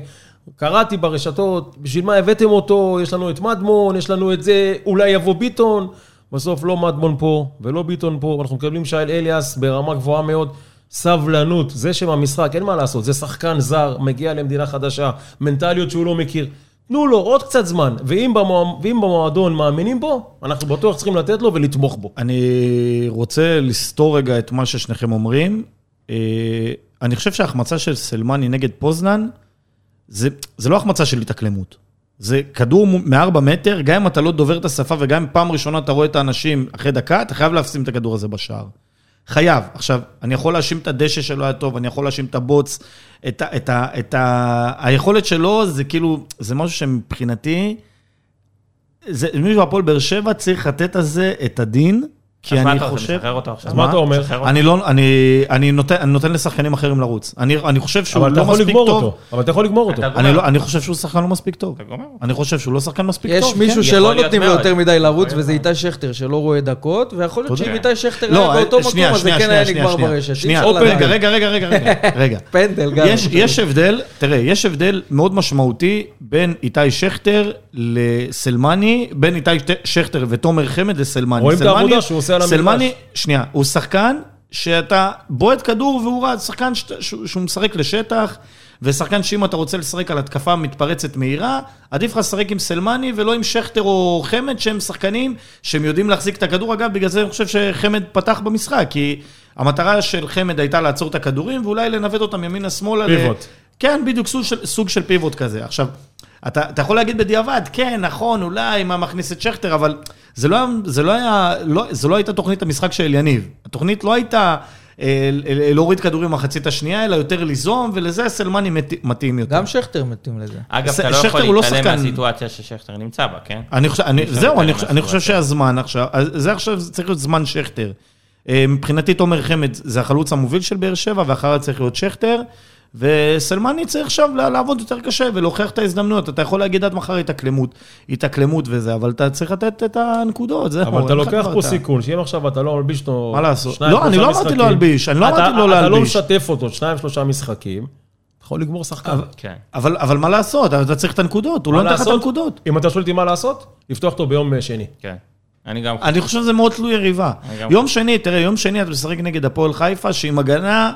S3: קראתי ברשתות, בשביל מה הבאתם אותו, יש לנו את מדמון, יש לנו את זה, אולי יבוא ביטון. בסוף לא מדמון פה ולא ביטון פה, אנחנו מקבלים שי אליאס ברמה גבוהה מאוד. סבלנות, זה שם המשחק, אין מה לעשות, זה שחקן זר, מגיע למדינה חדשה, מנטליות שהוא לא מכיר. תנו לו עוד קצת זמן, ואם, במוע... ואם במועדון מאמינים בו, אנחנו בטוח צריכים לתת לו ולתמוך בו.
S5: אני רוצה לסתור רגע את מה ששניכם אומרים. אה, אני חושב שההחמצה של סלמני נגד פוזנן, זה, זה לא החמצה של התאקלמות. זה כדור מ- מארבע מטר, גם אם אתה לא דובר את השפה וגם אם פעם ראשונה אתה רואה את האנשים אחרי דקה, אתה חייב להפסים את הכדור הזה בשער. חייב. עכשיו, אני יכול להאשים את הדשא שלו היה טוב, אני יכול להאשים את הבוץ, את, ה- את, ה- את ה... היכולת שלו זה כאילו, זה משהו שמבחינתי, זה, מישהו הפועל באר שבע צריך לתת על זה את הדין, כי
S4: אז מה
S5: אני
S4: אתה רוצה,
S5: חושב...
S4: משחרר אותו עכשיו?
S3: אז מה אתה אומר?
S4: משחרר אותו?
S5: אני לא, אני, אני, נותן, אני נותן לשחקנים אחרים לרוץ. אני, אני חושב שהוא
S3: אבל אתה
S5: לא
S3: יכול
S5: מספיק
S3: לגמור
S5: טוב.
S3: אותו. אבל אתה יכול לגמור אותו.
S4: אתה-
S5: אני, לא, אני חושב שהוא שחקן לא מספיק טוב.
S4: אתה גומר.
S5: אני חושב שהוא לא שחקן מספיק
S2: יש
S5: טוב.
S2: מישהו
S5: כן.
S2: שלא
S4: יכול להיות
S2: נותנים לו
S4: מאוד.
S2: יותר מדי לרוץ,
S4: יכול
S2: וזה
S4: להיות.
S2: איתי שכטר שלא רואה דקות, ויכול להיות
S4: אתה
S2: שאם
S4: יודע.
S2: איתי שכטר
S5: לא,
S2: היה באותו מקום, אז זה כן היה נגמר ברשת.
S5: אה, שנייה,
S2: אי אפשר
S5: רגע,
S2: לדעת.
S5: רגע, רגע, רגע, רגע, רגע.
S2: פנדל גם.
S5: יש, יש הבדל, תראה, יש הבדל מאוד משמעותי בין איתי שכטר לסלמני, בין איתי שט- שכטר ותומר חמד לסלמני.
S3: רואים את
S5: סלמני-
S3: העבודה שהוא עושה על המגרש.
S5: סלמני, שנייה, הוא שחקן שאתה בועט כדור והוא רץ, שחקן שת- שהוא שהוא משחק לשטח, ושחקן שאם אתה רוצה לשחק על התקפה מתפרצת מהירה, עדיף לך לשחק עם סלמני ולא עם שכטר או חמד, שהם שחקנים שהם יודעים להחזיק את הכדור. אגב, בגלל זה אני חושב שחמד פתח במשחק, כי המטרה של חמד הייתה לעצור את הכדורים ואולי לנווט אותם ימינה-שמאלה. ל-
S3: פיבוט.
S5: כן, בדיוק, סוג של, סוג של פיבוט כזה. עכשיו, אתה, אתה יכול להגיד בדיעבד, כן, נכון, אולי, מה מכניס את שכטר, אבל זה לא, היה- זה לא, היה, לא, זה לא הייתה תוכנית המשחק של יניב. התוכנית לא הייתה אה, אה, להוריד כדורים במחצית השנייה, אלא יותר ליזום, ולזה סלמני מת- מתאים יותר.
S2: גם שכטר מתאים לזה.
S4: אגב,
S5: ש-
S4: אתה לא
S5: שכטר
S4: יכול
S5: הוא לא
S4: להתעלם
S5: שחקן.
S4: מהסיטואציה ששכטר נמצא בה, כן?
S5: אני חושב, אני,
S4: אפשר
S5: זהו,
S4: להתעלם
S5: אני, חושב- אני חושב
S4: מהסיטואציה.
S5: שהזמן עכשיו, אז זה עכשיו זה צריך להיות זמן שכטר. אה, מבחינתי תומר חמד זה החלוץ המוביל של באר שבע, ואחריו צריך להיות שכטר. וסלמני צריך עכשיו לה- לעבוד יותר קשה ולהוכיח את ההזדמנויות. אתה יכול להגיד עד מחר התאקלמות, התאקלמות וזה, אבל אתה צריך לתת את הנקודות, זהו.
S3: אבל אתה
S5: אין לך
S3: לוקח
S5: כבר
S3: פה
S5: את ה-
S3: סיכון, שאם עכשיו אתה לא מלביש אותו...
S5: מה לעשות?
S3: שניים,
S5: לא,
S3: שלושה
S5: אני לא אמרתי לו
S3: משחקים,
S5: להלביש, אני לא
S3: אתה-
S5: אמרתי לו
S3: אתה לא
S5: להלביש.
S3: משתף אותו, שניים, שלושה משחקים, אתה יכול לגמור שחקן.
S4: כן.
S5: אבל, אבל מה לעשות? אתה צריך את הנקודות, הוא
S3: מה
S5: לא נתן לך את
S3: לעשות?
S5: הנקודות.
S3: אם אתה שואל אותי מה לעשות, לפתוח אותו ביום אה, שני.
S4: כן. אני גם...
S5: אני חושב שזה מאוד תלוי יריבה.
S4: אני גם-
S5: יום שני, תראה, יום שני אתה משחק נגד הפועל חיפה, שעם הגנה...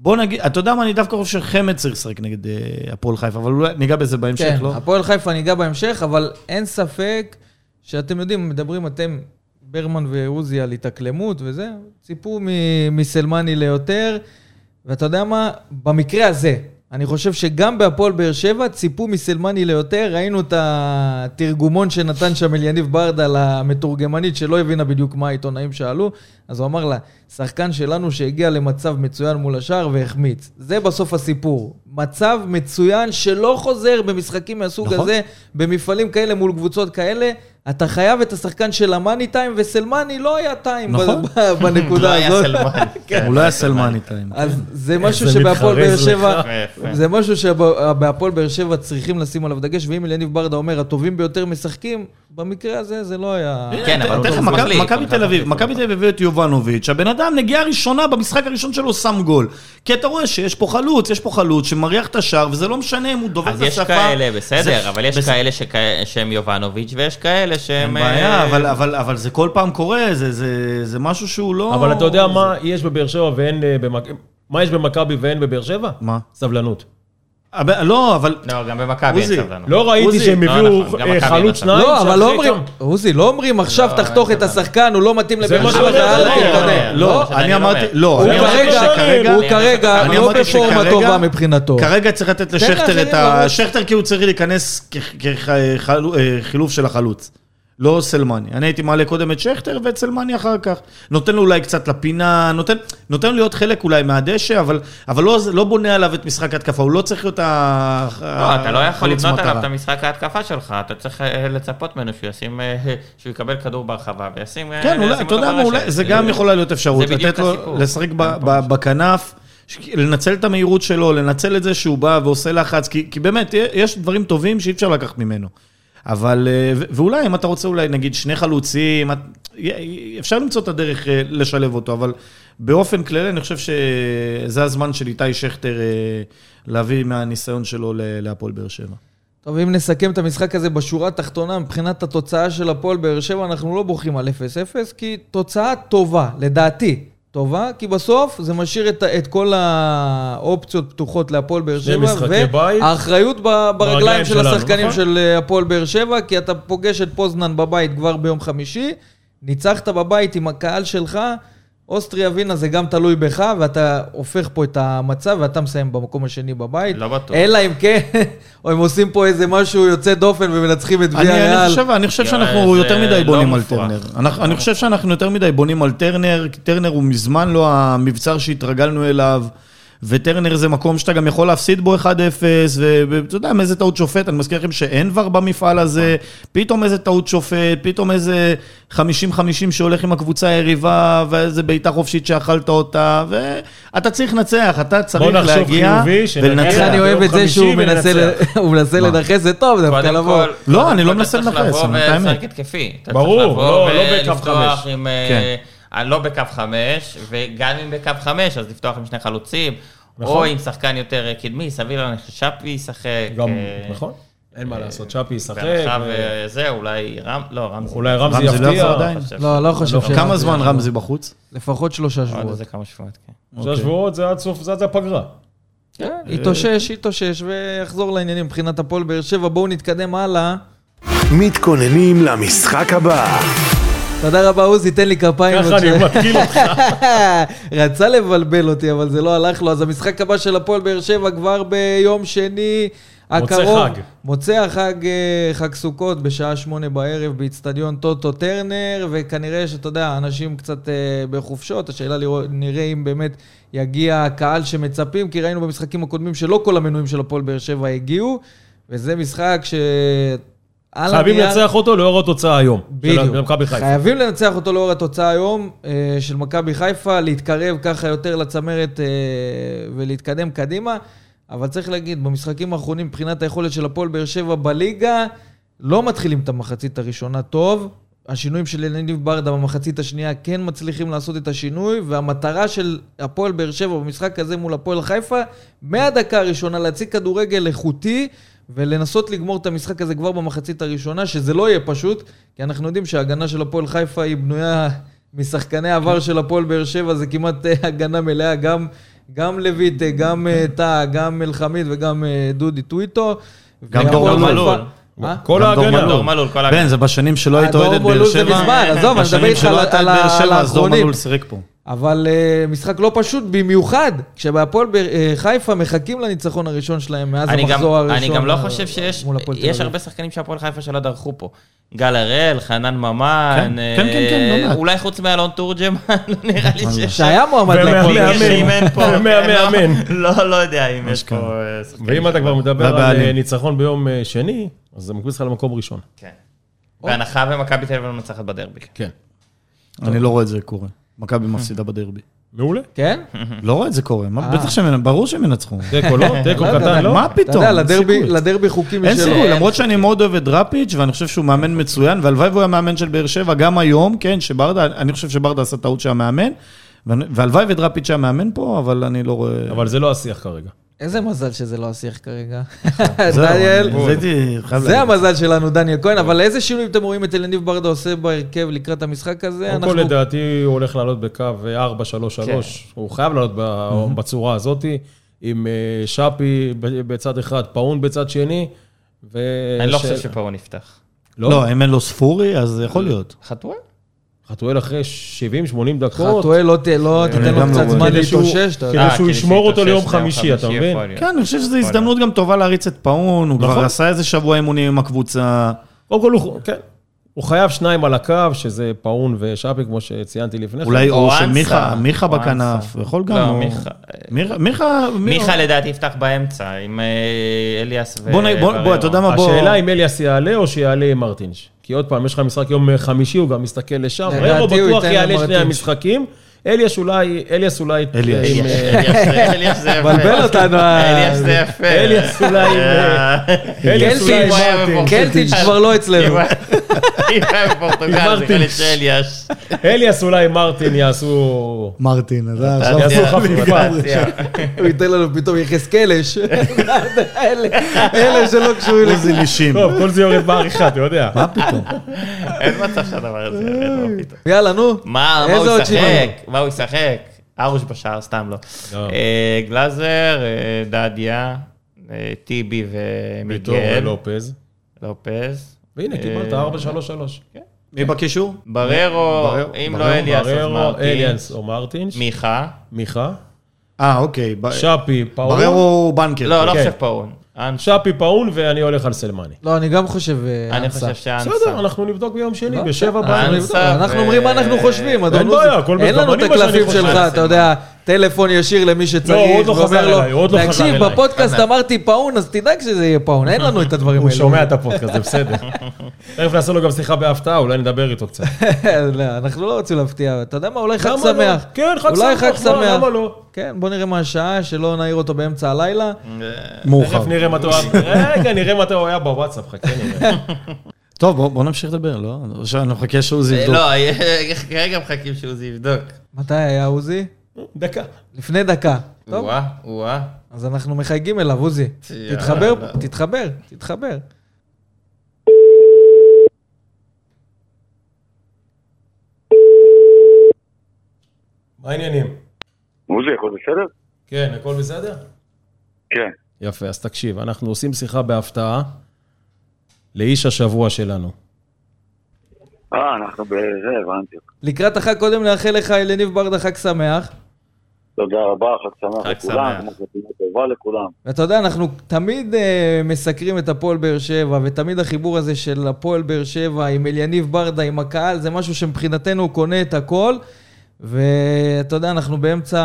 S5: בוא נגיד, אתה יודע מה, אני דווקא חושב שחמד צריך לשחק נגד אה, הפועל חיפה, אבל אולי ניגע בזה בהמשך,
S2: כן,
S5: לא?
S2: הפועל חיפה ניגע בהמשך, אבל אין ספק שאתם יודעים, מדברים אתם, ברמן ועוזי, על התאקלמות וזה, ציפו מ- מסלמני ליותר, ואתה יודע מה? במקרה הזה, אני חושב שגם בהפועל באר שבע ציפו מסלמני ליותר, ראינו את התרגומון שנתן שם אליניב ברדה למתורגמנית שלא הבינה בדיוק מה העיתונאים שאלו, אז הוא אמר לה, שחקן שלנו שהגיע למצב מצוין מול השער והחמיץ. זה בסוף הסיפור. מצב מצוין שלא חוזר במשחקים מהסוג
S5: נכון.
S2: הזה, במפעלים כאלה מול קבוצות כאלה, אתה חייב את השחקן של המאני טיים, וסלמני לא היה טיים ב-
S5: נכון.
S2: ב- בנקודה
S4: לא היה
S2: הזאת.
S4: סלמן. כן.
S5: הוא לא היה סלמן איתנו.
S2: אז זה משהו
S3: זה
S2: שבהפועל באר
S3: מתחרז
S2: שבע,
S3: לך.
S4: יפה.
S2: זה משהו שבהפועל באר שבע צריכים לשים עליו דגש, ואם אליניב ברדה אומר, הטובים ביותר משחקים, במקרה הזה זה לא היה...
S4: כן, אבל
S5: תכף
S4: הוא
S5: מכבי
S4: מחליט,
S5: מכבי
S4: הוא
S5: תל אביב,
S4: מחליט.
S5: מכבי תל אביב הביאו את יובנוביץ', הבן אדם נגיעה ראשונה במשחק הראשון שלו שם גול. כי אתה רואה שיש פה חלוץ, יש פה חלוץ שמריח את השער, וזה לא משנה אם הוא דובר את
S4: אז
S5: השפה.
S4: יש כאלה, בסדר,
S5: זה-
S4: אבל יש
S5: בסדר.
S4: כאלה שכ- שהם יובנוביץ' ויש כאלה
S5: אין
S4: שהם...
S5: בעיה,
S4: אה,
S5: אבל- אבל- אבל זה כל פעם קורה, זה- זה- זה משהו שהוא לא...
S3: אבל אתה יודע מה יש בבאר שבע ואין במכבי? מה יש במכבי ואין בבאר שבע?
S5: מה?
S3: סבלנות.
S5: אבל- לא, אבל...
S4: לא, גם במכבי אין
S5: עוזי,
S4: סבלנות.
S3: לא ראיתי
S5: עוזי,
S3: שהם
S4: לא
S3: הביאו
S4: נכון, גם
S3: אה,
S4: מכבי
S3: חלוץ
S4: נתנה.
S3: שניים.
S2: לא, אבל לא
S3: שאחרי
S2: אומרים,
S3: כמה-
S2: עוזי, לא אומרים עכשיו תחתוך את השחקן, הוא לא מתאים
S3: זה
S2: לבאר
S3: מה
S2: שבע,
S3: שאני אומר,
S2: ואללה
S3: זה לא
S2: תתקדם.
S4: אומר.
S5: לא,
S4: זה שאני
S5: אני
S4: לא
S5: אמרתי...
S4: אומר.
S5: לא,
S2: הוא
S5: אני אמרתי
S2: כרגע-
S5: שכרגע...
S2: הוא כרגע
S5: אני
S2: לא
S5: אמרתי
S2: בפורמה
S5: שכרגע-
S2: טובה מבחינתו.
S5: כרגע צריך לתת לשכטר
S2: לאחרים
S5: את ה...
S2: לרוץ.
S5: שכטר כי הוא צריך להיכנס כחילוף של החלוץ. לא סלמני. אני הייתי מעלה קודם את שכטר ואת סלמני אחר כך. נותן לו אולי קצת לפינה, נותן, נותן לו להיות חלק אולי מהדשא, אבל, אבל לא, לא בונה עליו את משחק ההתקפה, הוא לא צריך להיות ה...
S4: לא, אתה לא יכול
S5: החלוץ
S4: לבנות עליו
S5: אה, מטרה.
S4: את המשחק ההתקפה שלך, אתה צריך אה, לצפות ממנו שהוא ישים, אה, שהוא יקבל כדור ברחבה וישים... אה,
S5: כן, אולי,
S4: ישים
S5: אתה
S4: אותו
S5: יודע מה, אולי,
S4: ברשת.
S5: זה גם יכולה להיות אפשרות,
S4: זה בדיוק
S5: לתת לו
S4: הסיפור. נכון.
S5: לשחק ב-
S4: אין פה
S5: ב- בכנף, ש- לנצל את המהירות שלו, לנצל את זה שהוא בא ועושה לחץ, כי כי באמת, יש דברים טובים שאי אפשר לקחת ממנו. אבל, אה, ו- ואולי אם אתה רוצה אולי נגיד שני חלוצים, את- י- אפשר למצוא את הדרך אה, לשלב אותו, אבל באופן כללי אני חושב שזה הזמן של איתי שכטר אה, להביא מהניסיון שלו ל- להפועל באר שבע.
S2: טוב, אם נסכם את המשחק הזה בשורה התחתונה, מבחינת התוצאה של הפועל באר שבע, אנחנו לא בוכים על 0-0, כי תוצאה טובה, לדעתי. טובה, כי בסוף זה משאיר את, את כל האופציות פתוחות להפועל באר
S3: שני
S2: שבע.
S3: משחקי בית.
S2: והאחריות ב- ברגליים
S3: ברגליים
S2: של
S3: שלנו,
S2: השחקנים
S3: נכון.
S2: של אה, הפועל באר שבע, כי אתה פוגש את פוזנן בבית כבר ביום חמישי, ניצחת בבית עם הקהל שלך, אוסטריה ווינה זה גם תלוי בך, ואתה הופך פה את המצב, ואתה מסיים במקום השני בבית.
S4: לא בטוח.
S2: אלא אם כן, או הם עושים פה איזה משהו יוצא דופן ומנצחים את ויה
S5: אני, אני,
S2: ריאל.
S5: חושב, אני חושב
S4: יאללה,
S5: שאנחנו
S4: זה
S5: יותר מדי
S4: לא
S5: בונים על
S4: מופרך.
S5: טרנר. אנחנו, אני חושב שאנחנו יותר מדי בונים על טרנר, כי טרנר הוא מזמן לא המבצר שהתרגלנו אליו, וטרנר זה מקום שאתה גם יכול להפסיד בו 1-0, ו- ואתה יודע, מאיזה טעות שופט, אני מזכיר לכם שאין כבר במפעל הזה, פתאום איזה טעות שופט, פתאום איזה 50-50 שהולך עם הקבוצה היריבה, ואיזה בעיטה חופשית שאכלת אותה, ואתה צריך לנצח, אתה צריך
S3: נחשוב
S5: להגיע
S3: חיובי, שנגיע.
S5: ולנצח.
S2: איך אני אוהב את זה
S3: ביום
S2: שהוא
S3: חמישי
S2: מנסה
S3: וננצח.
S2: ל- הוא מנסה לנכס, זה טוב דווקא
S4: קודם
S2: לבוא.
S4: כל-
S5: לא,
S4: קודם
S5: אני לא
S4: כל אתה
S5: מנסה
S4: צריך
S5: לנחש,
S4: לבוא
S5: אני מתאמן.
S4: ולשחק התקפי. אתה צריך
S3: ברור,
S4: לבוא
S3: לא- לא בקו
S4: ולפתוח
S3: חמש.
S4: עם, אה, אה, לא בקו חמש, וגם אם בקו חמש, אז לפתוח עם שני חלוצים, או עם שחקן יותר אה, קדמי, סביר להניח ששאפי ישחק.
S3: גם,
S4: אה,
S3: נכון? אין מה לעשות, שפי ישחק.
S4: ועכשיו
S3: ו-
S4: אה, זה, אולי רם, לא, רמזי.
S3: אולי
S5: רמזי
S3: רמזי
S5: לא יחזור
S3: יפתיע.
S5: עדיין?
S2: לא, לא חושב ש...
S5: כמה זמן רמזי בחוץ?
S2: לפחות שלושה
S4: עוד
S2: שבועות.
S4: איזה כמה שבועות, כן.
S3: שלושה
S5: אוקיי.
S3: שבועות זה עד סוף, זה עד הפגרה.
S2: כן, יתאושש, יתאושש, ויחזור לעניינים מבחינת הפועל באר שבע. בואו נתקדם הלאה.
S1: מתכוננים למשחק הבא.
S2: תודה רבה, עוזי, תן לי כפיים.
S3: ככה
S2: עוד
S3: אני
S2: ש-
S3: מתקיל אותך.
S2: רצה לבלבל אותי, אבל זה לא הלך לו. אז המשחק הבא של הפועל באר שבע כבר ביום שני
S3: מוצא
S2: הקרוב.
S3: חג.
S2: מוצא החג, אה, חג סוכות, בשעה שמונה בערב, באיצטדיון טוטו טרנר, וכנראה שאתה יודע, אנשים קצת אה, בחופשות, השאלה לראות, נראה אם באמת יגיע הקהל שמצפים, כי ראינו במשחקים הקודמים שלא כל המנויים של הפועל באר שבע הגיעו, וזה משחק ש... על
S3: חייבים
S2: הנייר-
S3: לנצח אותו לאור התוצאה היום. של
S2: בדיוק.
S3: מכבי חיפה.
S2: חייבים לנצח אותו לאור התוצאה היום אה, של מכבי חיפה, להתקרב ככה יותר לצמרת אה, ולהתקדם קדימה. אבל צריך להגיד, במשחקים האחרונים, מבחינת היכולת של הפועל באר שבע בליגה, לא מתחילים את המחצית הראשונה טוב. השינויים של יניב ברדה במחצית השנייה כן מצליחים לעשות את השינוי, והמטרה של הפועל באר שבע במשחק הזה מול הפועל חיפה, מהדקה הראשונה להציג כדורגל איכותי, ולנסות לגמור את המשחק הזה כבר במחצית הראשונה, שזה לא יהיה פשוט, כי אנחנו יודעים שההגנה של הפועל חיפה היא בנויה משחקני העבר של הפועל באר שבע, זה כמעט אה, הגנה מלאה, גם, גם לויט, אה, גם אה, טאה, גם מלחמית וגם אה, דודי טוויטו.
S5: גם
S2: והפועל
S5: דור
S2: חיפה-
S4: מלול.
S2: אה?
S3: כל
S5: גם דור
S3: ההגנה.
S5: מלול.
S4: דור מלול, כל
S5: בן,
S4: הגנה.
S5: זה בשנים שלא היית
S2: הדור
S5: אוהד את לא באר שבע.
S2: מלול זה מזמן, עזוב, אני מדבר
S5: בשנים
S2: לא, איתך
S5: שלא
S2: על-
S5: היית אוהד
S2: על
S5: באר
S2: ה- על
S5: שבע, אז דור
S2: האחרונים.
S5: מלול שיחק פה.
S2: אבל uh, משחק לא פשוט, במיוחד כשבהפועל ב- אה, חיפה מחכים לניצחון הראשון שלהם מאז
S4: אני גם,
S2: המחזור הראשון.
S4: אני גם לא
S2: אה,
S4: חושב שיש,
S2: מול הפועל תל
S4: יש
S2: אביב.
S4: הרבה שחקנים שהפועל חיפה שלא דרכו פה. גל הראל, חנן ממן,
S5: כן,
S4: אה,
S5: כן, כן, כן, לא מעט.
S4: אולי חוץ מאלון תורג'מן, לא נראה לי שיש...
S2: שהיה מועמד
S3: ומה-
S2: להפועל באר
S3: מהמאמן.
S2: שבע.
S4: אם אין פה, כן,
S3: מהמאמן.
S4: לא, לא יודע אם יש פה... אה, שחקנים
S3: ואם אתה
S4: שלא-
S3: כבר מדבר על
S5: והבעלים.
S3: אה, ניצחון ביום אה, שני, אז זה מקביל לך למקום ראשון.
S4: כן. בהנחה ומכבי תל אביב לא מנצחת בדרבי.
S3: כן.
S5: אני לא רואה את זה קורה. מכבי מפסידה בדרבי.
S3: מעולה.
S2: כן?
S5: לא רואה את זה קורה. מה,
S2: אה.
S5: בטח שהם, ברור שהם ינצחו.
S3: תיקו לא? תיקו
S2: לא יודע,
S3: קטן לא?
S5: מה
S2: אתה
S5: פתאום?
S2: יודע,
S5: אין
S2: לדרבי-
S5: סיכוי.
S2: לדרבי חוקים
S5: אין
S2: משלו.
S5: סיכוי, למרות שאני מאוד אוהב את דראפיץ', ואני חושב שהוא מאמן מצוין, והלוואי והוא היה מאמן של באר שבע גם היום, כן, שברדה, אני חושב שברדה עשה טעות שהיה מאמן, ואני- והלוואי ודראפיץ' היה מאמן פה, אבל אני לא רואה...
S3: אבל זה לא השיח כרגע.
S2: איזה מזל שזה לא השיח כרגע.
S5: זהו,
S2: דניאל,
S5: אני- זה הייתי חייב
S2: זה
S5: להגיד.
S2: המזל שלנו, דניאל כהן, אבל איזה שינויים אתם רואים את אלניב ברדה עושה בהרכב לקראת המשחק הזה?
S3: קודם
S2: אנחנו...
S3: כל, לדעתי, הוא הולך לעלות בקו 4-3-3. הוא חייב לעלות ב- בצורה הזאת, עם אה, שפי ב- בצד אחד, פאון בצד שני. ו-
S4: אני לא
S3: אה, ש-
S4: חושב שפרעון יפתח.
S3: לא,
S5: לא, אם אין לו ספורי, אז יכול להיות.
S4: חתואל?
S3: חתואל אחרי 70-80 דקות.
S2: חתואל לא ת- לא תיתן
S5: גם
S2: לו
S5: לא
S2: קצת
S5: רואה.
S2: זמן
S3: כדי שהוא-
S2: להתאושש, אתה יודע.
S3: כדי
S4: אה,
S3: שהוא
S4: כאילו
S3: ישמור אותו
S4: יתאושש
S3: ליום
S4: ליום
S3: חמישי, אתה
S4: יכול
S3: מבין?
S4: להיות.
S5: כן, אני חושב שזו
S4: יכול
S5: הזדמנות גם טובה להריץ את פאון, הוא
S3: נכון.
S5: כבר עשה איזה שבוע אימונים עם הקבוצה.
S3: קודם כל, הוא- כן. הוא חייב שניים על הקו, שזה פאון ושאפי, כמו שציינתי לפני כן.
S5: אולי או
S4: או
S5: של
S4: אנסה.
S5: מיכה, מיכה
S4: או
S5: בכנף,
S4: אנסה.
S5: הוא יכול גם...
S4: לא,
S5: הוא-
S4: מיכה-
S5: מיכה- מיכה...
S4: מיכה לדעתי יפתח באמצע, עם אה, אליאס ו...
S5: בוא נ- בוא- בוא,
S2: אה,
S5: אתה יודע מה? בוא-
S3: השאלה אם אליאס יעלה או שיעלה עם מרטינש. כי עוד פעם, יש לך משחק יום חמישי, הוא גם מסתכל לשם.
S2: לדעתי
S3: רבו
S2: הוא
S3: בטוח
S2: ייתן
S3: יעלה שני
S2: למרטינש.
S3: המשחקים. אליאס אולי, אליאס אולי...
S5: אליאס.
S3: עם, אה,
S4: אליאס זה יפה.
S2: בלבל אותנו, ה-
S4: אליאס זה יפה.
S3: אליאס אולי עם, אה, אליאס
S2: קלטינש,
S3: אולי עם
S4: הוא היה
S3: מרטינש.
S4: בפורטוגל.
S2: קלטינש כבר לא
S4: אם
S2: אצלנו.
S4: הוא- אם הוא היה בפורטוגל, זה יכול להיות שאליאס.
S3: אליאס אולי עם מרטין יעשו...
S5: מרטין, אז זה
S3: עכשיו- יעשו חפיפה.
S2: הוא ייתן לנו פתאום יחזקאל אש. אלה אלה שלא קשורים
S5: עוזי לישים.
S3: טוב, כל זה יורד בעריכה, אתה יודע.
S5: מה פתאום?
S4: אין מצב שהדבר הזה ירד, לא פתאום.
S2: יאללה, נו.
S4: מה, מה
S2: איזה
S4: הוא
S2: עוד
S4: ישחק?
S2: שינויים?
S4: מה הוא ישחק? ארוש בשער, סתם לא.
S3: לא.
S4: אה, גלאזר, אה, דדיה, אה, טיבי
S3: ויטור
S5: כן.
S4: ומיגל,
S3: ולופז.
S4: לופז.
S3: והנה,
S4: אה,
S3: קיבלת
S5: לא
S3: 4-3-3.
S5: מי בקישור?
S4: בררו, אם לא אליאס, אז
S3: בררו, אליאס
S4: מרטינס.
S3: או מרטינש.
S4: מיכה.
S3: מיכה.
S5: אה, אוקיי. ב-
S3: שפי,
S5: בררו
S3: פאון.
S5: הוא בנקר. אוקיי.
S4: לא, לא
S3: כן.
S4: חושב פאון. אנס-
S3: שפי, פאון, ואני הולך על סלמני.
S2: לא, אני גם חושב... אה,
S4: אני
S2: אנסה.
S4: חושב שאנסה.
S3: בסדר, אנחנו נבדוק ביום שני,
S2: לא,
S3: בשבע
S5: אה,
S2: אנחנו
S3: בערב.
S4: אנסה
S2: נבדוק. אנחנו
S4: ו-
S2: אומרים מה אנחנו חושבים, אדון
S3: אין בעיה, הכל
S2: אין לנו את
S3: בסדר, אני מה שאני
S2: הקלפים
S3: חושב.
S2: שלך, אתה יודע, טלפון ישיר למי
S3: לא, הוא
S2: שצריך,
S3: עוד לא
S2: ואומר
S3: חזר
S2: לו,
S3: אליי, הוא עוד לא חזר
S2: תקשיב,
S3: אליי."
S2: בפודקאסט
S4: חזר.
S2: אמרתי פאון, אז תדאג שזה יהיה פאון, אין לנו את הדברים
S3: הוא
S2: האלה.
S3: שומע את הפודקאסט, זה בסדר. תכף נעשה לו גם שיחה בהפתעה, אולי נדבר איתו קצת.
S2: לא, אנחנו לא רוצים להפתיע, אתה יודע מה, אולי חג
S3: למה לא?
S2: שמח.
S3: כן, חג
S2: אולי
S3: שמח,
S2: חג
S3: מה,
S2: שמח.
S3: למה לא?
S2: כן, בוא נראה מה השעה, שלא נעיר אותו באמצע הלילה.
S4: אה, לא.
S5: מאוחר.
S3: תכף נראה מתי הוא היה... רגע, נראה מתי הוא היה בוואטסאפ, חכה נראה.
S5: טוב, בוא- בוא נמשיך לדבר, לא? עכשיו אני מחכה שעוזי
S4: אה,
S5: יבדוק.
S4: לא, כרגע מחכים שעוזי יבדוק.
S2: מתי היה עוזי?
S3: דקה.
S2: לפני דקה. טוב,
S4: וואה, וואה.
S2: אז אנחנו מחייגים אליו, עוזי.
S4: יאללה.
S2: תתחבר, תתחבר, תתחבר.
S3: מה העניינים?
S6: עוזי, הכל בסדר?
S3: כן, הכל בסדר?
S6: כן.
S3: יפה, אז תקשיב, אנחנו עושים שיחה בהפתעה לאיש השבוע שלנו.
S6: אה, אנחנו בזה, הבנתי.
S2: לקראת החג קודם נאחל לך, אלניב ברדה, חג שמח.
S6: תודה רבה, חג שמח
S4: חג
S6: לכולם.
S4: שמח.
S6: חג שמח. טובה לכולם.
S2: ואתה יודע, אנחנו תמיד אה, מסקרים את הפועל באר שבע, ותמיד החיבור הזה של הפועל באר שבע עם אליניב ברדה, עם הקהל, זה משהו שמבחינתנו הוא קונה את הכל. ואתה יודע, אנחנו באמצע,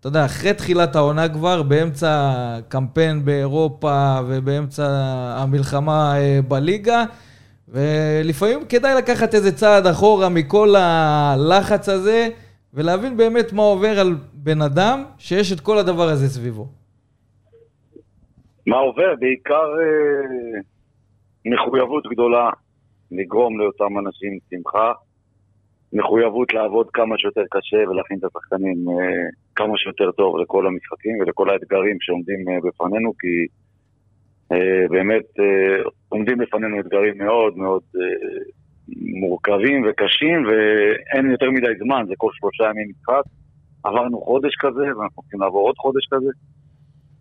S2: אתה יודע, אחרי תחילת העונה כבר, באמצע קמפיין באירופה ובאמצע המלחמה אה, בליגה. ולפעמים כדאי לקחת איזה צעד אחורה מכל הלחץ הזה, ולהבין באמת מה עובר על בן אדם שיש את כל הדבר הזה סביבו.
S6: מה עובר? בעיקר אה, מחויבות גדולה לגרום לאותם אנשים שמחה. מחויבות לעבוד כמה שיותר קשה ולהכין את השחקנים אה, כמה שיותר טוב לכל המשחקים ולכל האתגרים שעומדים אה, בפנינו, כי אה, באמת אה, עומדים לפנינו אתגרים מאוד מאוד אה, מורכבים וקשים, ואין יותר מדי זמן, זה כל שלושה ימים משחק. עברנו חודש כזה, ואנחנו הולכים לעבור עוד חודש כזה.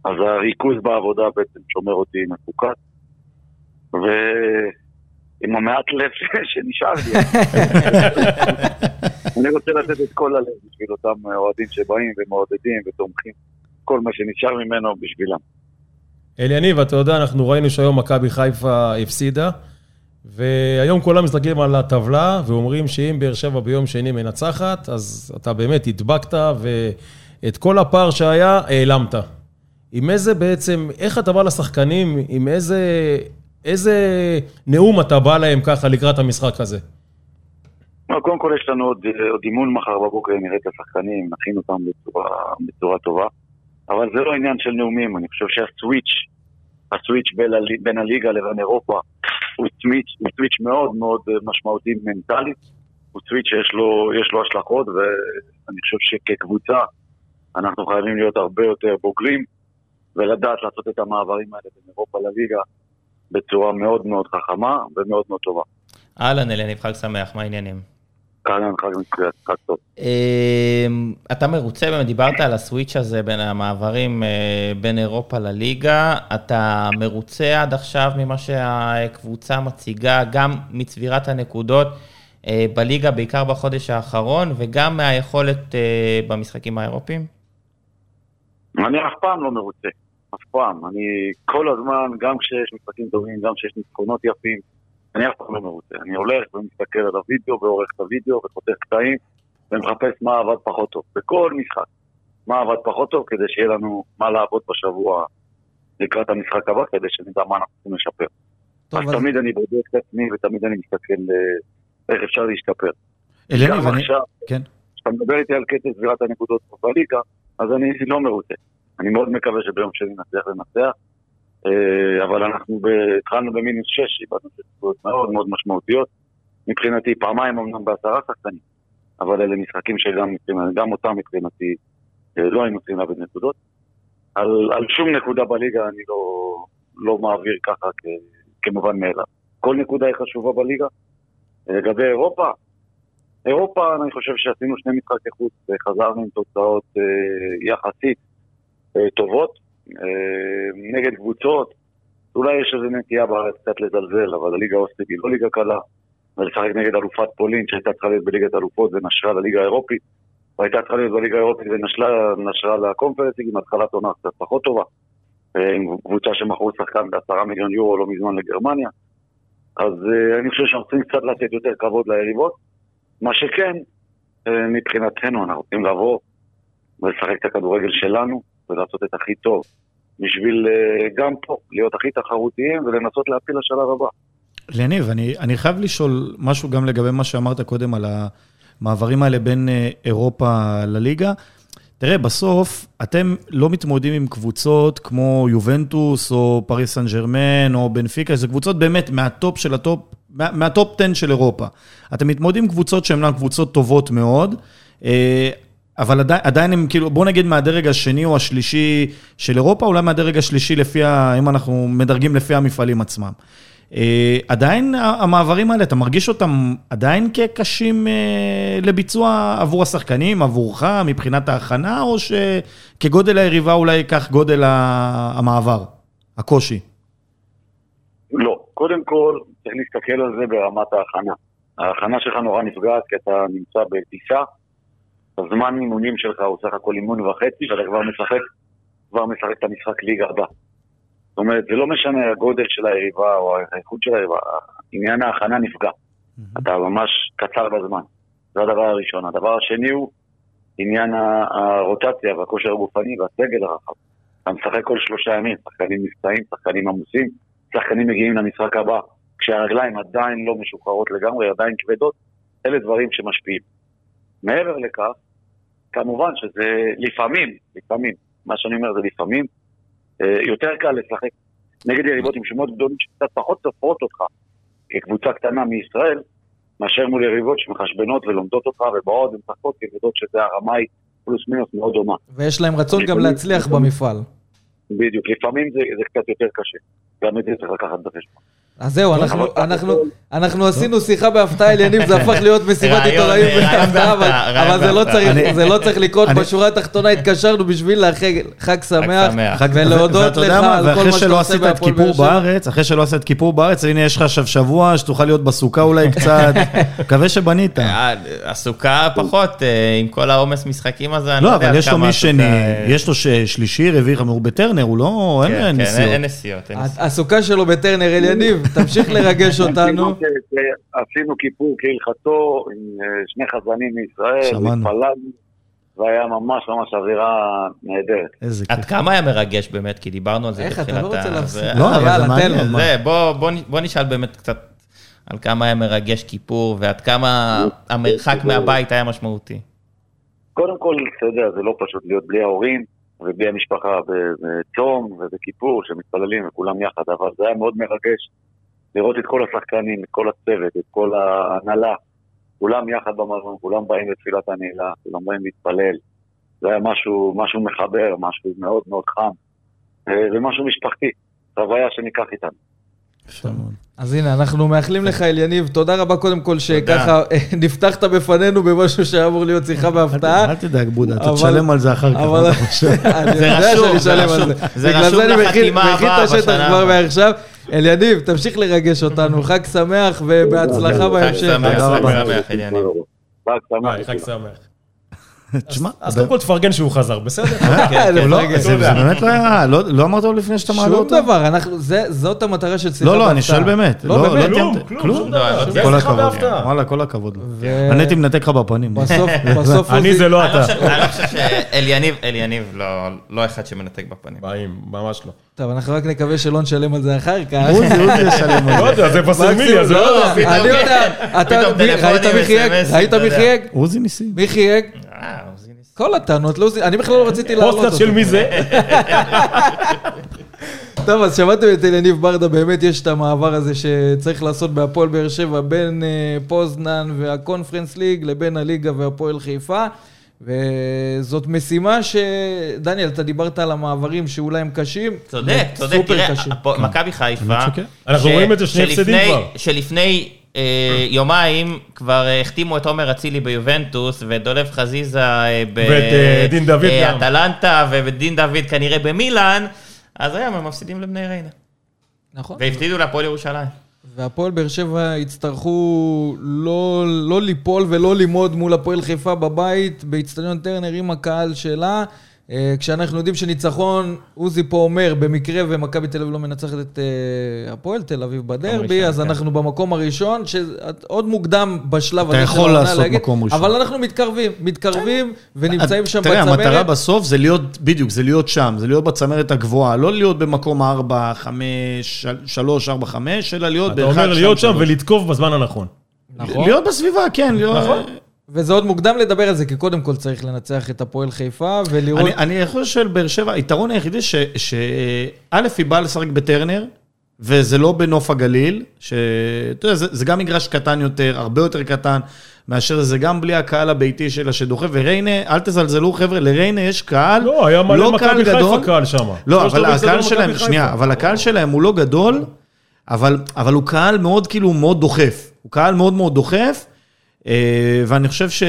S6: אז הריכוז בעבודה בעצם שומר אותי מפוקס, ועם המעט לב ש- שנשאר לי. אני רוצה לתת את כל הלב בשביל אותם אוהדים שבאים ומעודדים ותומכים, כל מה שנשאר ממנו בשבילם.
S3: אליניב, אתה יודע, אנחנו ראינו שהיום מכבי חיפה הפסידה, והיום כולם מסתכלים על הטבלה ואומרים שאם באר שבע ביום שני מנצחת, אז אתה באמת הדבקת, ואת כל הפער שהיה, העלמת. עם איזה בעצם, איך אתה בא לשחקנים, עם איזה איזה נאום אתה בא להם ככה לקראת המשחק הזה?
S6: לא, קודם כל יש לנו עוד, אה, עוד אימון מחר בבוקר, נראה את השחקנים, נכין אותם בצורה, בצורה טובה. אבל זה לא עניין של נאומים, אני חושב שהסוויץ', הסוויץ' בין, הלי- בין הליגה לבין אירופה, הוא סוויץ', הוא סוויץ' מאוד מאוד אה, משמעותי מנטלית. הוא סוויץ' שיש לו, יש לו השלכות, ואני חושב שכקבוצה אנחנו חייבים להיות הרבה יותר בוגרים, ולדעת לעשות את המעברים האלה בין אירופה לליגה בצורה מאוד מאוד חכמה ומאוד מאוד טובה.
S4: אהלן, אלניב, חג שמח, מה העניינים?
S6: כאן חג מצוין, חג טוב.
S4: אמ, אתה מרוצה, באמת דיברת על הסוויץ' הזה בין המעברים אה, בין אירופה לליגה. אתה מרוצה עד עכשיו ממה שהקבוצה מציגה, גם מצבירת הנקודות אה, בליגה, בעיקר בחודש האחרון, וגם מהיכולת אה, במשחקים האירופיים?
S6: אני אף פעם לא מרוצה, אף פעם. אני כל הזמן, גם כשיש משחקים טובים, גם כשיש ניצחונות יפים, אני אף פעם לא מרוצה. אני הולך ומסתכל על הוידאו ועורך את הוידאו וחותך קטעים ומחפש מה עבד פחות טוב, בכל משחק. מה עבד פחות טוב כדי שיהיה לנו מה לעבוד בשבוע לקראת המשחק הבא, כדי שנדע מה אנחנו צריכים לשפר.
S2: טוב,
S6: אז
S2: אז-
S6: תמיד אני בודק את עצמי ותמיד אני מסתכל אה, איך אפשר להשתפר.
S5: אליניב,
S6: גם
S5: אני...
S6: עכשיו,
S5: כן.
S6: כשאתה מדבר איתי על קצב סבירת הנקודות בליגה, אז אני לא מרוצה. אני מאוד מקווה שביום שני נצליח לנצח, אה, אבל אנחנו ב- התחלנו במינוס שש, איבדנו נקודות מאוד מאוד משמעותיות. מבחינתי פעמיים אמנם בעשרה שחקנים, אבל אלה משחקים שגם מבחינת- גם אותם מבחינתי אה, לא היינו צריכים לאבד נקודות. על, על שום נקודה בליגה אני לא, לא מעביר ככה כ, כמובן מאליו. כל נקודה היא חשובה בליגה. אה, לגבי אירופה, אירופה, אני חושב שעשינו שני משחקי חוץ, וחזרנו עם תוצאות אה, יחסית אה, טובות, אה, נגד קבוצות. אולי יש איזו נטייה בארץ קצת לזלזל, אבל הליגה האוסטרית היא לא ליגה קלה. ולשחק נגד אלופת פולין, שהייתה צריכה להיות בליגת אלופות ונשרה לליגה האירופית, והייתה צריכה להיות בליגה האירופית ונשרה נשרה לקונפרנסים עם התחלת עונה קצת פחות טובה. אה, עם קבוצה שמכרו שחקן בעשרה מיליון יורו לא מזמן לגרמניה. אז אה, אני חושב שאנחנו צריכים קצת לתת יותר כבוד ליריבות. מה שכן, אה, מבחינתנו אנחנו רוצים לבוא ולשחק את הכדורגל שלנו ולעשות את הכי טוב. בשביל אה, גם פה להיות הכי תחרותיים ולנסות להפיל לשלב הבא.
S5: יניב, אני, אני חייב לשאול משהו גם לגבי מה שאמרת קודם על המעברים האלה בין אה, אירופה לליגה. תראה, בסוף אתם לא מתמודדים עם קבוצות כמו יובנטוס או פריס סן ג'רמן או בנפיקה, זה קבוצות באמת מהטופ של הטופ, מה, מהטופ 10 של אירופה. אתם מתמודדים עם קבוצות שהן לא קבוצות טובות מאוד, אה, אבל עדיין, עדיין הם כאילו, בוא נגיד מהדרג השני או השלישי של אירופה, אולי מהדרג השלישי לפי, ה- אם אנחנו מדרגים לפי המפעלים עצמם. אה, עדיין ה- המעברים האלה, אתה מרגיש אותם עדיין כקשים אה, לביצוע עבור השחקנים, עבורך, מבחינת ההכנה, או שכגודל היריבה אולי כך גודל ה- המעבר, הקושי?
S6: לא. קודם כל, צריך להסתכל על זה ברמת ההכנה. ההכנה שלך נורא נפגעת כי אתה נמצא בטיסה, הזמן אימונים שלך הוא סך הכל אימון וחצי, ואתה כבר משחק, כבר משחק את המשחק ליגה הבא. זאת אומרת, זה לא משנה הגודל של היריבה או האיכות של היריבה, עניין ההכנה נפגע. אתה ממש קצר בזמן. זה הדבר הראשון. הדבר השני הוא עניין ה- הרוטציה והכושר הגופני והסגל הרחב. אתה משחק כל שלושה ימים, שחקנים נפצעים, שחקנים עמוסים, שחקנים מגיעים למשחק הבא כשהרגליים עדיין לא משוחררות לגמרי, עדיין כבדות, אלה דברים שמשפיעים. מעבר לכך, כמובן שזה לפעמים, לפעמים, מה שאני אומר זה לפעמים, אה, יותר קל לשחק נגד יריבות עם שמות גדולים שקצת פחות סופרות אותך כקבוצה קטנה מישראל, מאשר מול יריבות שמחשבנות ולומדות אותך ובאות ומשחקות כקבוצות שזה הרמה היא פלוס מינוס מאוד דומה.
S2: ויש להם רצון גם
S6: אני-
S2: להצליח
S6: אני-
S2: במפעל.
S6: בדיוק, לפעמים זה, זה קצת יותר קשה. גם את זה צריך לקחת בחשבון.
S2: אז זהו,
S5: נכון,
S2: אנחנו-
S6: אבל-
S2: אנחנו- אנחנו עשינו שיחה בהפתעה על יניב, זה הפך להיות מסיבת
S4: רעיון, אה,
S2: עיתונאים
S4: רעיון
S2: בהפתעה, אבל-
S4: בהפתעה, רעיון
S2: אבל זה לא
S4: בהפתעה.
S2: צריך-
S5: אני-
S2: זה לא צריך לקרות.
S5: אני-
S2: בשורה התחתונה התקשרנו בשביל לאחל חג שמח,
S4: שמח.
S2: ולהודות
S5: ואתה
S2: לך
S5: יודע מה,
S2: על כל
S5: ואחרי
S2: מה שאתה
S5: שלא
S2: עושה
S5: עשית את
S2: בהפועל באר
S5: כיפור
S2: שבע.
S5: בארץ, אחרי שלא עשית את כיפור בארץ, הנה יש לך עכשיו שבוע שתוכל להיות בסוכה אולי קצת, מקווה שבנית. לא,
S4: אה, עסוקה פחות, אה, עם כל העומס משחקים הזה, אני
S5: לא,
S4: יודע
S5: אבל
S4: עד
S5: יש לו
S4: כמה
S5: מי
S4: עסוקה,
S5: שני,
S4: אה,
S5: יש לו ש- שלישי, רביעי, חמור, הוא בטרנר, הוא לא,
S4: כן,
S5: אין
S4: כן,
S5: נסיעות.
S4: אין נסיעות. אין נסיעות.
S2: הסוכה שלו בטרנר אל יניב, תמשיך לרגש
S6: כן,
S2: אותנו.
S6: עשינו כ- כ- עשינו כיפור כהלכתו עם אה, שני חזנים מישראל,
S5: שמענו.
S6: התפללנו והיה ממש ממש אווירה נהדרת.
S5: איזה
S4: עד כמה היה מרגש באמת? כי דיברנו על זה
S2: איך,
S4: בתחילת
S2: אתה לא רוצה
S4: ה-
S2: להפסיק?
S5: לא, אבל זה
S2: יאללה, תן
S5: מעניין,
S2: לו.
S5: מה?
S4: זה, בוא, בוא, נ- בוא נשאל באמת קצת על כמה היה מרגש כיפור ועד כמה המרחק מהבית היה משמעותי.
S6: קודם כל, אתה יודע, זה לא פשוט להיות בלי ההורים ובלי המשפחה ב- בצום ובכיפור, שמתפללים וכולם יחד, אבל זה היה מאוד מרגש לראות את כל השחקנים, את כל הצוות, את כל ההנהלה, כולם יחד במזון, כולם באים לתפילת הנעילה, כולם באים להתפלל. זה היה משהו, משהו מחבר, משהו מאוד מאוד חם, אה, ומשהו משפחתי, חוויה שניקח איתנו.
S5: יפה מאוד.
S2: אז הנה, אנחנו מאחלים לך, אליניב, תודה רבה קודם כל שככה אה, נפתחת בפנינו במשהו שהיה אמור להיות שיחה בהפתעה.
S5: אל תדאג, בודה, אתה
S2: אבל-
S5: תשלם על זה אחר כך.
S2: אבל
S5: מה אתה חושב?
S2: אני
S4: זה
S2: יודע
S4: רשום,
S2: שאני
S4: זה
S2: אשלם על
S4: רשום.
S2: זה.
S4: זה
S2: בגלל
S4: רשום
S2: זה אני מכין
S4: לחתימה
S2: מכין את
S4: הבאה
S2: השטח
S4: בשנה
S2: כבר
S4: הבאה.
S2: מעכשיו. אליניב, תמשיך לרגש אותנו, חג שמח ובהצלחה
S4: חג
S2: בהמשך.
S4: שמח,
S5: תודה
S4: חג
S2: לא,
S5: רבה.
S4: שמח, אליניב.
S6: חג שמח.
S3: ביי, חג שמח.
S5: תשמע,
S3: אז
S5: זה-
S3: קודם כל תפרגן שהוא חזר, בסדר?
S2: כן,
S5: לא,
S2: רגע.
S5: זה זה באמת לא היה, לא לא אמרת לו לפני שאתה מעלה
S2: שום
S5: אותו?
S2: דבר, אנחנו- זה- זאת המטרה של שיחה
S5: לא, לא, אני
S2: בהפתעה.
S5: שואל באמת.
S2: לא, באמת.
S3: כלום,
S5: תיאמת-
S3: כלום, שום דבר.
S4: לא,
S3: זה
S5: כל
S3: שיחה
S5: הכבוד.
S3: בהפתעה.
S5: וואלה, כל הכבוד. לו.
S2: ו-
S5: אני הייתי מנתק לך בפנים.
S2: בסוף, בסוף...
S3: אני
S2: עוזי-
S3: זה לא
S4: אני
S3: אתה.
S4: לא חושב- אני לא חושב שאליניב, אליניב לא- לא אחד שמנתק בפנים.
S3: באים, ממש לא.
S2: טוב, אנחנו רק נקווה שלא נשלם על זה אחר כך.
S5: עוזי, עוזי ישלם על
S3: לא
S5: זה.
S3: יודע, זה פסלמיליה, זה לא...
S2: יודע,
S4: פתאום-
S2: אני יודע, אתה,
S4: פתאום
S2: מי-
S4: טלפונים,
S2: ראית מי חייג?
S4: SMS,
S2: ראית
S4: אתה
S2: מי
S4: יודע.
S2: חייג?
S5: עוזי ניסים.
S2: מי חייג?
S4: אה, עוזי ניסן.
S2: כל הטענות, לא, זה- אני בכלל לא רציתי להעלות
S3: פוסטקאסט
S2: אותו.
S3: של מי זה?
S2: טוב, אז שמעתם את אלניב ברדה, באמת יש את המעבר הזה שצריך לעשות בהפועל באר שבע בין אה, פוזנן והקונפרנס ליג לבין הליגה והפועל חיפה. וזאת משימה ש... דניאל, אתה דיברת על המעברים שאולי הם קשים.
S4: צודק, צודק,
S2: סופר
S4: תראה,
S2: קשים.
S4: הפו- מכבי חיפה,
S5: שכן.
S3: אנחנו
S4: ש-
S3: רואים את זה, שני
S4: שלפני-
S3: הפסדים כבר.
S4: שלפני אה, יומיים כבר אה, החתימו את עומר אצילי ביובנטוס, ואת דולב חזיזה אה, ב-
S3: ואת, אה, דין דוד
S4: אה,
S3: גם.
S4: אטלנטה, ודין דוד כנראה במילאן, אז היום הם מפסידים לבני ריינה,
S2: נכון.
S4: והפסידו להפועל ירושלים.
S2: והפועל באר שבע יצטרכו לא, לא ליפול ולא לימוד מול הפועל חיפה בבית, באיצטדיון טרנר עם הקהל שלה. אה, כשאנחנו יודעים שניצחון, עוזי פה אומר, במקרה ומכבי תל אביב לא מנצחת את אה, הפועל תל אביב בדרבי,
S4: ראשון,
S2: אז
S4: כן.
S2: אנחנו במקום הראשון, שעוד מוקדם בשלב
S5: אתה
S2: הזה
S5: יכול לעשות מקום ראשון.
S2: אבל אנחנו מתקרבים, מתקרבים ונמצאים שם
S5: תראה, המטרה
S2: בצמרת.
S5: בסוף זה להיות, בדיוק, זה להיות שם, זה להיות בצמרת הגבוהה, לא להיות במקום 4, 5, 3, 4, 5, אלא להיות
S3: אתה
S5: באחד,
S3: אומר להיות שם
S5: שלוש.
S3: ולתקוף בזמן הנכון.
S2: נכון.
S5: להיות בסביבה, כן, להיות...
S3: נכון.
S2: וזה עוד מוקדם לדבר על זה, כי קודם כל צריך לנצח את הפועל חיפה ולראות...
S5: אני, אני יכול לשאול באר שבע, היתרון היחידי ש... ש- א', היא באה לשחק בטרנר, וזה לא בנוף הגליל, ש... אתה יודע, זה, זה גם מגרש קטן יותר, הרבה יותר קטן, מאשר זה גם בלי הקהל הביתי שלה שדוחף, וריינה, אל תזלזלו, חבר'ה, לריינה יש קהל,
S3: לא, היה מלא
S5: לא קהל
S3: מכבי חיפה
S5: גדול.
S3: קהל שם.
S5: לא, אבל הקהל שלהם, שנייה, אבל הקהל שלהם הוא לא גדול, אבל, אבל הוא קהל מאוד, כאילו, הוא מאוד דוחף. הוא קהל מאוד מאוד דוחף, אה, ואני חושב ש...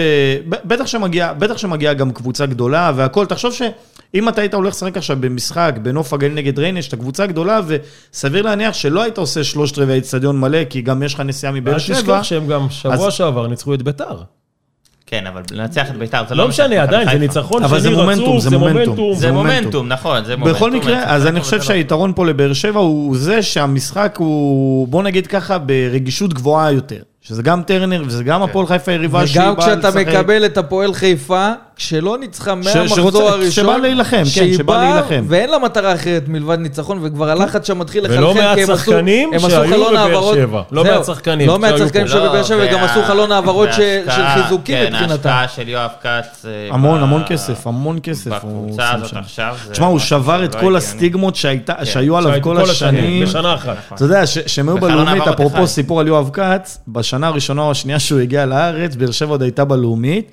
S5: ב- בטח שמגיעה בטח שמגיע גם קבוצה גדולה והכול. תחשוב שאם אתה היית הולך לשחק עכשיו במשחק בנוף הגליל נגד ריינה, יש את הקבוצה הגדולה, וסביר להניח שלא היית עושה שלושת רבעי אצטדיון מלא, כי גם יש לך נסיעה מבאר
S3: באר
S5: שבע.
S3: שבע. שהם גם שבוע
S5: אז-
S3: שעבר ניצחו את ביתר.
S4: כן, אבל לנצח את בית"ר זה לא...
S3: לא
S4: לנצח
S3: משנה,
S4: את מכבי
S3: עדיין, זה
S4: חיפה.
S3: ניצחון
S5: אבל זה
S3: שני
S5: מומנטום,
S3: רצוף,
S5: זה
S3: זה
S5: מומנטום.
S3: מומנטום.
S4: זה
S5: זה מומנטום.
S4: מומנטום, נכון, זה מומנטום.
S5: בכל מקרה, אז אני
S4: ניצחון
S5: חושב
S4: וזה לא-
S5: שהיתרון פה לבאר שבע הוא הוא זה שהמשחק הוא, בוא נגיד ככה, ברגישות גבוהה יותר. שזה גם טרנר וזה גם
S4: כן.
S5: הפועל חיפה יריבה שהיא באה
S2: וגם
S5: לשחק.
S2: כשאתה מקבל את הפועל חיפה, כשלא ניצחה
S5: ש-
S2: מהמחזור
S5: שרוצה-
S2: הראשון,
S5: שבא להילחם, כן,
S2: שהיא
S5: שבא
S2: באה,
S5: להילחם.
S2: ואין לה מטרה אחרת מלבד ניצחון, וכבר הלחץ שם מתחיל לחלחל,
S3: ולא מעט
S2: כי הם עשו-
S3: שחקנים
S2: הם עשו
S3: שהיו
S2: חלון
S3: בבאר
S2: העברות-
S3: שבע. לא
S2: זהו,
S3: מעט שחקנים
S2: לא מעט
S3: שהיו
S2: שחקנים
S3: פה.
S2: שבבאר שבע,
S4: לא,
S2: גם עשו
S4: וה-
S2: חלון העברות ש- של
S4: וההשקעה,
S2: חיזוקים
S4: כן,
S2: מבחינתם.
S4: ההשקעה של יואב כץ... אה,
S5: המון,
S4: ב-
S5: המון כסף, המון כסף. הוא
S4: בקבוצה
S5: שם
S4: הזאת
S5: שם.
S4: עכשיו... זה
S5: תשמע, הוא
S4: משהו
S5: שבר
S4: שלא
S5: את כל
S4: הגיוני. כן,
S5: הסטיגמות שהייתה- שהיו עליו
S3: שהיו
S5: כל השנים.
S3: בשנה אחת.
S5: אתה יודע, ש- שהם היו
S4: בחלון
S5: בלאומית,
S4: העברות
S5: אפרופו
S4: אחד.
S5: סיפור על יואב כץ, בשנה הראשונה או השנייה שהוא הגיע לארץ, באר שבע עוד הייתה בלאומית,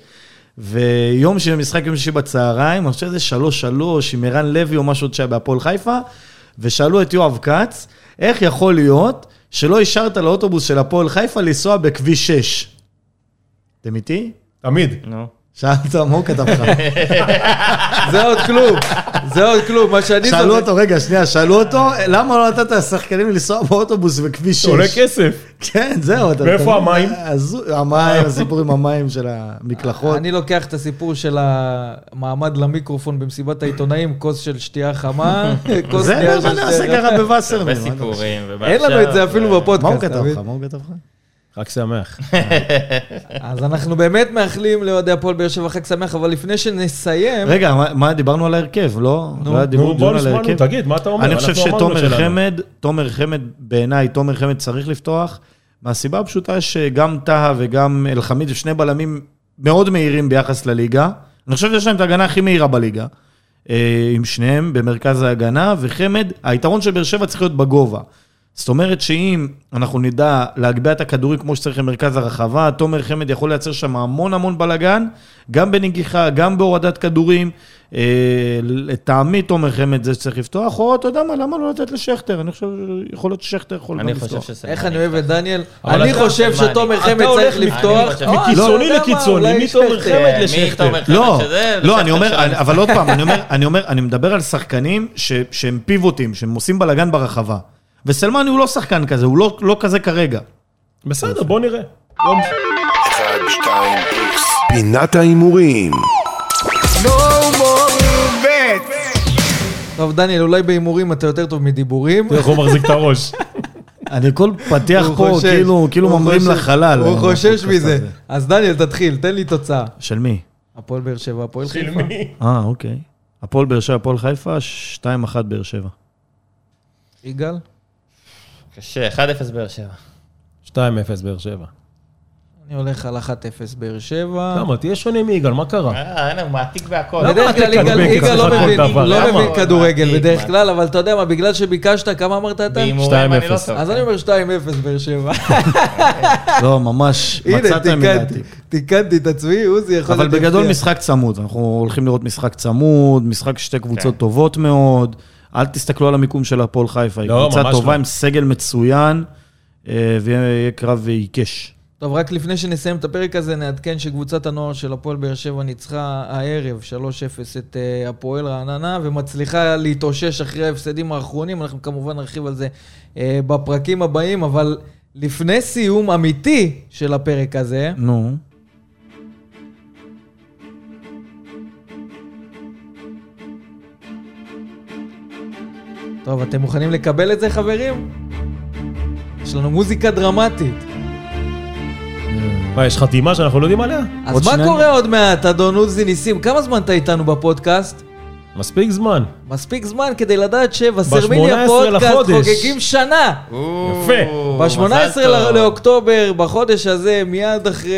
S5: ויום של משחק יום שישי בצהריים, אני חושב שזה שלוש שלוש, עם ערן לוי או משהו עוד שהיה בהפועל חיפה, ושאלו את יואב כץ, איך יכול להיות שלא השארת לאוטובוס של הפועל חיפה לנסוע בכביש 6? אתם איתי?
S3: תמיד.
S4: נו.
S5: שאלת, מה הוא כתב לך?
S2: זה עוד כלום, זה עוד כלום, מה שאני
S5: שאלו
S2: זוכר.
S5: אותו, רגע, שנייה, שאלו אותו, למה לא נתת לשחקנים לנסוע באוטובוס בכביש 6?
S3: עולה כסף.
S5: כן, זהו. אתה-
S3: מאיפה
S5: אתה-
S3: המים?
S5: הזו- המים, הסיפור עם המים של המקלחות.
S2: אני לוקח את הסיפור של המעמד למיקרופון במסיבת העיתונאים, כוס של שתייה חמה, כוס
S5: זה
S2: נייר של
S5: מה שאני
S2: שתייה
S5: עושה
S2: חמה.
S5: ככה בווסרמן.
S4: הרבה
S5: מה אתה-
S4: סיפורים.
S2: אין לנו את זה אפילו
S5: מה הוא
S2: בפודקאסט,
S5: כתב
S2: אתה מבין?
S5: לך? מה הוא כתב לך?
S3: חג שמח.
S2: אז אנחנו באמת מאחלים לאוהדי הפועל באר שבע חג שמח, אבל לפני שנסיים...
S5: רגע, מה- מה, דיברנו על ההרכב, לא?
S2: נו.
S5: לא היה דיבור-
S3: נו, בוא
S5: דיון על
S3: נשמע, נו,
S5: ההרכב?
S3: תגיד, מה אתה אומר?
S5: אני חושב
S3: אנחנו אמרנו
S5: שתומר
S3: שלנו.
S5: חמד, תומר חמד, בעיניי, תומר חמד צריך לפתוח, מהסיבה הפשוטה שגם טהא וגם אלחמיד, שני בלמים מאוד מהירים ביחס לליגה. אני חושב שיש להם את ההגנה הכי מהירה בליגה. אה, עם שניהם במרכז ההגנה, וחמד, היתרון של באר שבע צריך להיות בגובה. זאת אומרת שאם אנחנו נדע להגביה את הכדורים כמו שצריך למרכז הרחבה, תומר חמד יכול לייצר שם המון המון בלאגן, גם בנגיחה, גם בהורדת כדורים. אה, לטעמי תומר חמד זה שצריך לפתוח, או אתה יודע מה, למה לא לתת לשכטר? אני חושב, יכול להיות ששכטר יכול גם
S4: אני
S5: לפתוח.
S4: חושב שסלמני.
S2: איך אני אוהב את דניאל.
S3: אבל
S2: אני
S3: אתה-
S2: חושב
S4: מה, אני-
S2: שתומר
S4: אתה
S2: חמד
S3: הולך
S2: צריך
S3: מ-
S2: לפתוח.
S4: אני-
S2: אה, אתה
S3: מקיצוני
S2: יודע מה,
S3: לקיצוני,
S2: אולי
S3: מתומר
S2: שכטר.
S3: חמד
S4: אה, מי
S3: לשכטר.
S4: תומר חמד
S5: לא,
S4: שזה?
S5: לא,
S4: לשכטר
S5: אני אומר,
S4: שלנו.
S5: אני- אבל עוד פעם, אני אומר, אני אומר, אני מדבר על שחקנים ש- שהם פיבוטים, שהם עושים בלאגן ברחבה. וסלמני הוא לא שחקן כזה, הוא לא- לא כזה כרגע.
S3: בסדר, בוא נראה.
S1: פינת ההימורים.
S2: טוב, דניאל, אולי בהימורים אתה יותר טוב מדיבורים.
S3: תראה איך הוא מחזיק את הראש.
S5: אני כל פתיח
S2: הוא
S5: פה,
S2: חושש.
S5: כאילו, כאילו
S2: הוא
S5: ממרים
S2: חושש.
S5: לחלל. לא
S2: הוא חושש
S5: הפודקאסט
S2: מזה.
S5: הזה.
S2: אז דניאל, תתחיל, תן לי תוצאה.
S5: של מי?
S2: הפועל באר שבע, הפועל
S3: של
S2: חיפה.
S3: מי?
S5: אה, אוקיי. הפועל באר שבע, הפועל חיפה, 2-1 באר שבע.
S2: יגאל?
S4: קשה, 1-0 באר שבע.
S3: 2-0 באר שבע.
S2: אני הולך על 1-0 באר שבע.
S3: למה? תהיה שונה מיגאל, מה קרה?
S4: אה, אין, הוא מעתיק בהכל.
S2: לא בדרך כלל יגאל
S3: כדורגל?
S2: יגאל לא
S3: כדורגל,
S2: מבין-
S3: דבר.
S2: לא
S4: למה?
S2: מבין כדורגל
S4: מעתיק,
S2: בדרך
S4: מעתיק.
S2: כלל, אבל אתה יודע מה, בגלל שביקשת, כמה אמרת אתה?
S4: בהימורים אני לא
S3: 2-0.
S4: טוב.
S5: כן.
S2: אז אני אומר 2-0 באר שבע.
S5: לא, ממש,
S2: הנה,
S5: מצאתם
S2: תיקנתי,
S5: לדעתי.
S2: תיקנתי את עצמי, עוזי יכול...
S5: אבל
S2: להיות
S5: בגדול
S2: יפתיע.
S5: משחק צמוד, אנחנו הולכים לראות משחק צמוד, משחק שתי קבוצות
S4: כן.
S5: טובות מאוד. אל תסתכלו על המיקום של הפועל חיפה, היא
S3: לא,
S5: קבוצה
S3: ממש
S5: טובה
S3: לא.
S5: עם סגל מצוין, אה, ויהיה קרב עיקש.
S2: טוב, רק לפני שנסיים את הפרק הזה, נעדכן שקבוצת הנוער של הפועל באר שבע ניצחה הערב 3-0 את אה, הפועל רעננה, ומצליחה להתאושש אחרי ההפסדים האחרונים. אנחנו כמובן נרחיב על זה אה, בפרקים הבאים, אבל לפני סיום אמיתי של הפרק הזה,
S5: נו.
S2: טוב, אתם מוכנים לקבל את זה, חברים? יש לנו מוזיקה דרמטית.
S3: מה, יש חתימה שאנחנו לא יודעים עליה?
S2: אז
S5: עוד
S2: מה
S5: שנייה
S2: קורה עוד מעט, אדון עוזי ניסים? כמה זמן אתה איתנו בפודקאסט?
S3: מספיק זמן.
S2: מספיק זמן כדי לדעת שבסרמיליה
S3: ב-18
S2: פודקאסט
S3: לחודש.
S2: חוגגים שנה.
S4: או,
S3: יפה.
S4: מזל
S2: ב-18
S4: טוב.
S2: לאוקטובר, בחודש הזה, מיד אחרי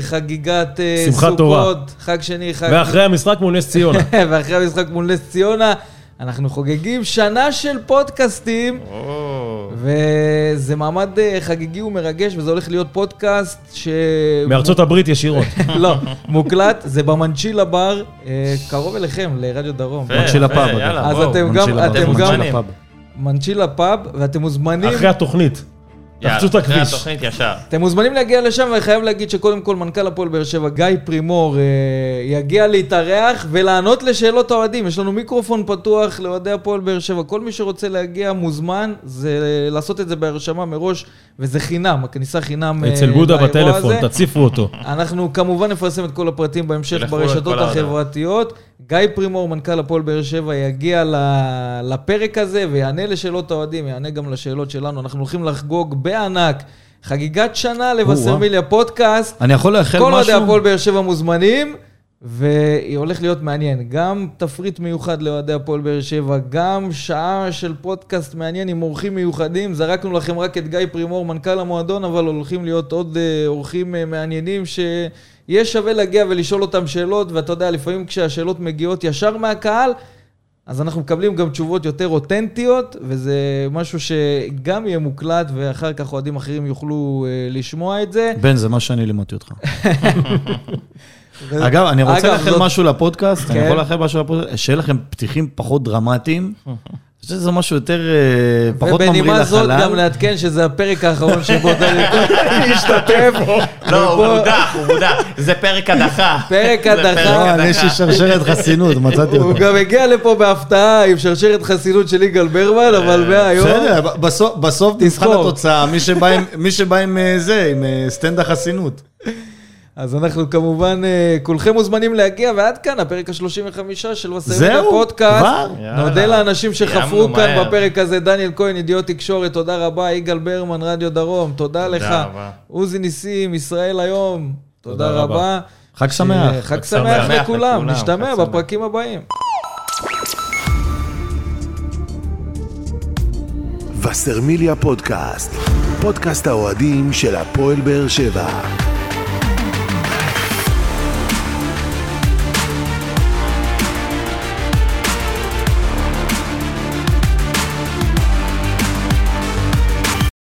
S2: חגיגת אה,
S3: שמחת
S2: סוכות,
S3: תורה.
S2: חג שני, חג...
S3: ואחרי המשחק מול נס ציונה.
S2: ואחרי המשחק מול נס ציונה, אנחנו חוגגים שנה של פודקאסטים,
S4: או.
S2: וזה מעמד אה, חגיגי ומרגש, וזה הולך להיות פודקאסט ש...
S3: מארצות הברית ישירות.
S2: לא, מוקלט, זה במנצ'ילה בר, אה, קרוב אליכם, לרדיו דרום.
S4: יפה,
S5: מנצ'ילה
S4: יפה,
S5: פאב,
S4: יאללה,
S5: אגב.
S2: אז
S4: בואו.
S2: אתם גם-
S5: מנצ'ילה
S2: אתם
S5: פאב,
S2: גם-
S5: מנצ'ילה פאב.
S2: מנצ'ילה פאב, ואתם מוזמנים...
S3: אחרי התוכנית.
S4: יאללה,
S3: תחצו את
S4: אחרי
S3: הכביש.
S4: התוכנית ישר.
S2: אתם מוזמנים להגיע לשם, ואני חייב להגיד שקודם כל מנכ"ל הפועל באר שבע, גיא פרימור, אה, יגיע להתארח ולענות לשאלות האוהדים. יש לנו מיקרופון פתוח לאוהדי הפועל באר שבע. כל מי שרוצה להגיע מוזמן, זה אה, לעשות את זה בהרשמה מראש, וזה חינם, הכניסה חינם אה,
S3: אצל בודה
S2: לאירוע
S3: בטלפון,
S2: הזה.
S3: תציפו אותו.
S2: אנחנו כמובן נפרסם את כל הפרטים בהמשך
S4: תלכו לכל
S2: ברשתות
S4: העולם.
S2: החברתיות. גיא פרימור, מנכ"ל הפועל באר שבע, יגיע ל- לפרק הזה ויענה לשאלות האוהדים, יענה גם לשאלות שלנו. אנחנו הולכים לחגוג בענק חגיגת שנה לבשרמיליה פודקאסט.
S5: אני יכול לאחל
S2: כל אוהדי
S5: משהו?
S2: הפועל באר שבע מוזמנים. והולך להיות מעניין, גם תפריט מיוחד לאוהדי הפועל באר שבע, גם שעה של פודקאסט מעניין עם אורחים מיוחדים. זרקנו לכם רק את גיא פרימור, מנכ"ל המועדון, אבל הולכים להיות עוד אה, אורחים אה, מעניינים שיהיה שווה להגיע ולשאול אותם שאלות, ואתה יודע, לפעמים כשהשאלות מגיעות ישר מהקהל, אז אנחנו מקבלים גם תשובות יותר אותנטיות, וזה משהו שגם יהיה מוקלט, ואחר כך אוהדים אחרים יוכלו אה, לשמוע את זה.
S5: בן, זה מה שאני לימדתי אותך. אגב, אני רוצה
S2: אגב,
S5: לאחל
S2: זאת-
S5: משהו לפודקאסט, אני
S2: כן.
S5: יכול לאחל משהו לפודקאסט, שיהיה לכם פתיחים פחות דרמטיים. אני חושב שזה משהו יותר, אה, פחות ממריא לחלל.
S2: ובנימה זאת גם לעדכן שזה הפרק האחרון שבו דני השתתף.
S4: לא, הוא מודח, הוא מודח. זה פרק הדחה.
S2: פרק
S4: זה
S2: הדחה.
S5: אה,
S4: הדחה.
S5: אני יש לי שרשרת חסינות, מצאתי
S2: הוא
S5: אותה.
S2: גם הגיע לפה בהפתעה עם שרשרת חסינות של יגאל ברמן, אבל מהיום...
S5: אה, בסדר, ב- בסוף- בסוף מבחן
S2: תזכור.
S5: התוצאה, מי שבא עם- מי שבא עם אה, זה, עם אה, סטנד החסינות.
S2: אז אנחנו כמובן, אה, כולכם מוזמנים להגיע, ועד כאן הפרק ה-35 של מסעים
S5: זהו?
S2: הפודקאסט.
S5: כבר?
S2: נודה לאנשים שחפרו
S4: סיימנו
S2: כאן
S4: מהר.
S2: בפרק הזה, דניאל כהן, ידיעות תקשורת, תודה רבה, יגאל ברמן, רדיו דרום, תודה לך.
S4: רבה.
S2: עוזי ניסים, ישראל היום, תודה
S3: תודה רבה.
S2: רבה.
S5: חג שמח.
S2: אה, חג
S4: חג שמח
S2: שמח לכולם,
S4: לכולם,
S2: נשתמע
S4: חג שמח.
S2: בפרקים הבאים.
S1: וסרמיליה פודקאסט, פודקאסט האוהדים של הפועל באר שבע.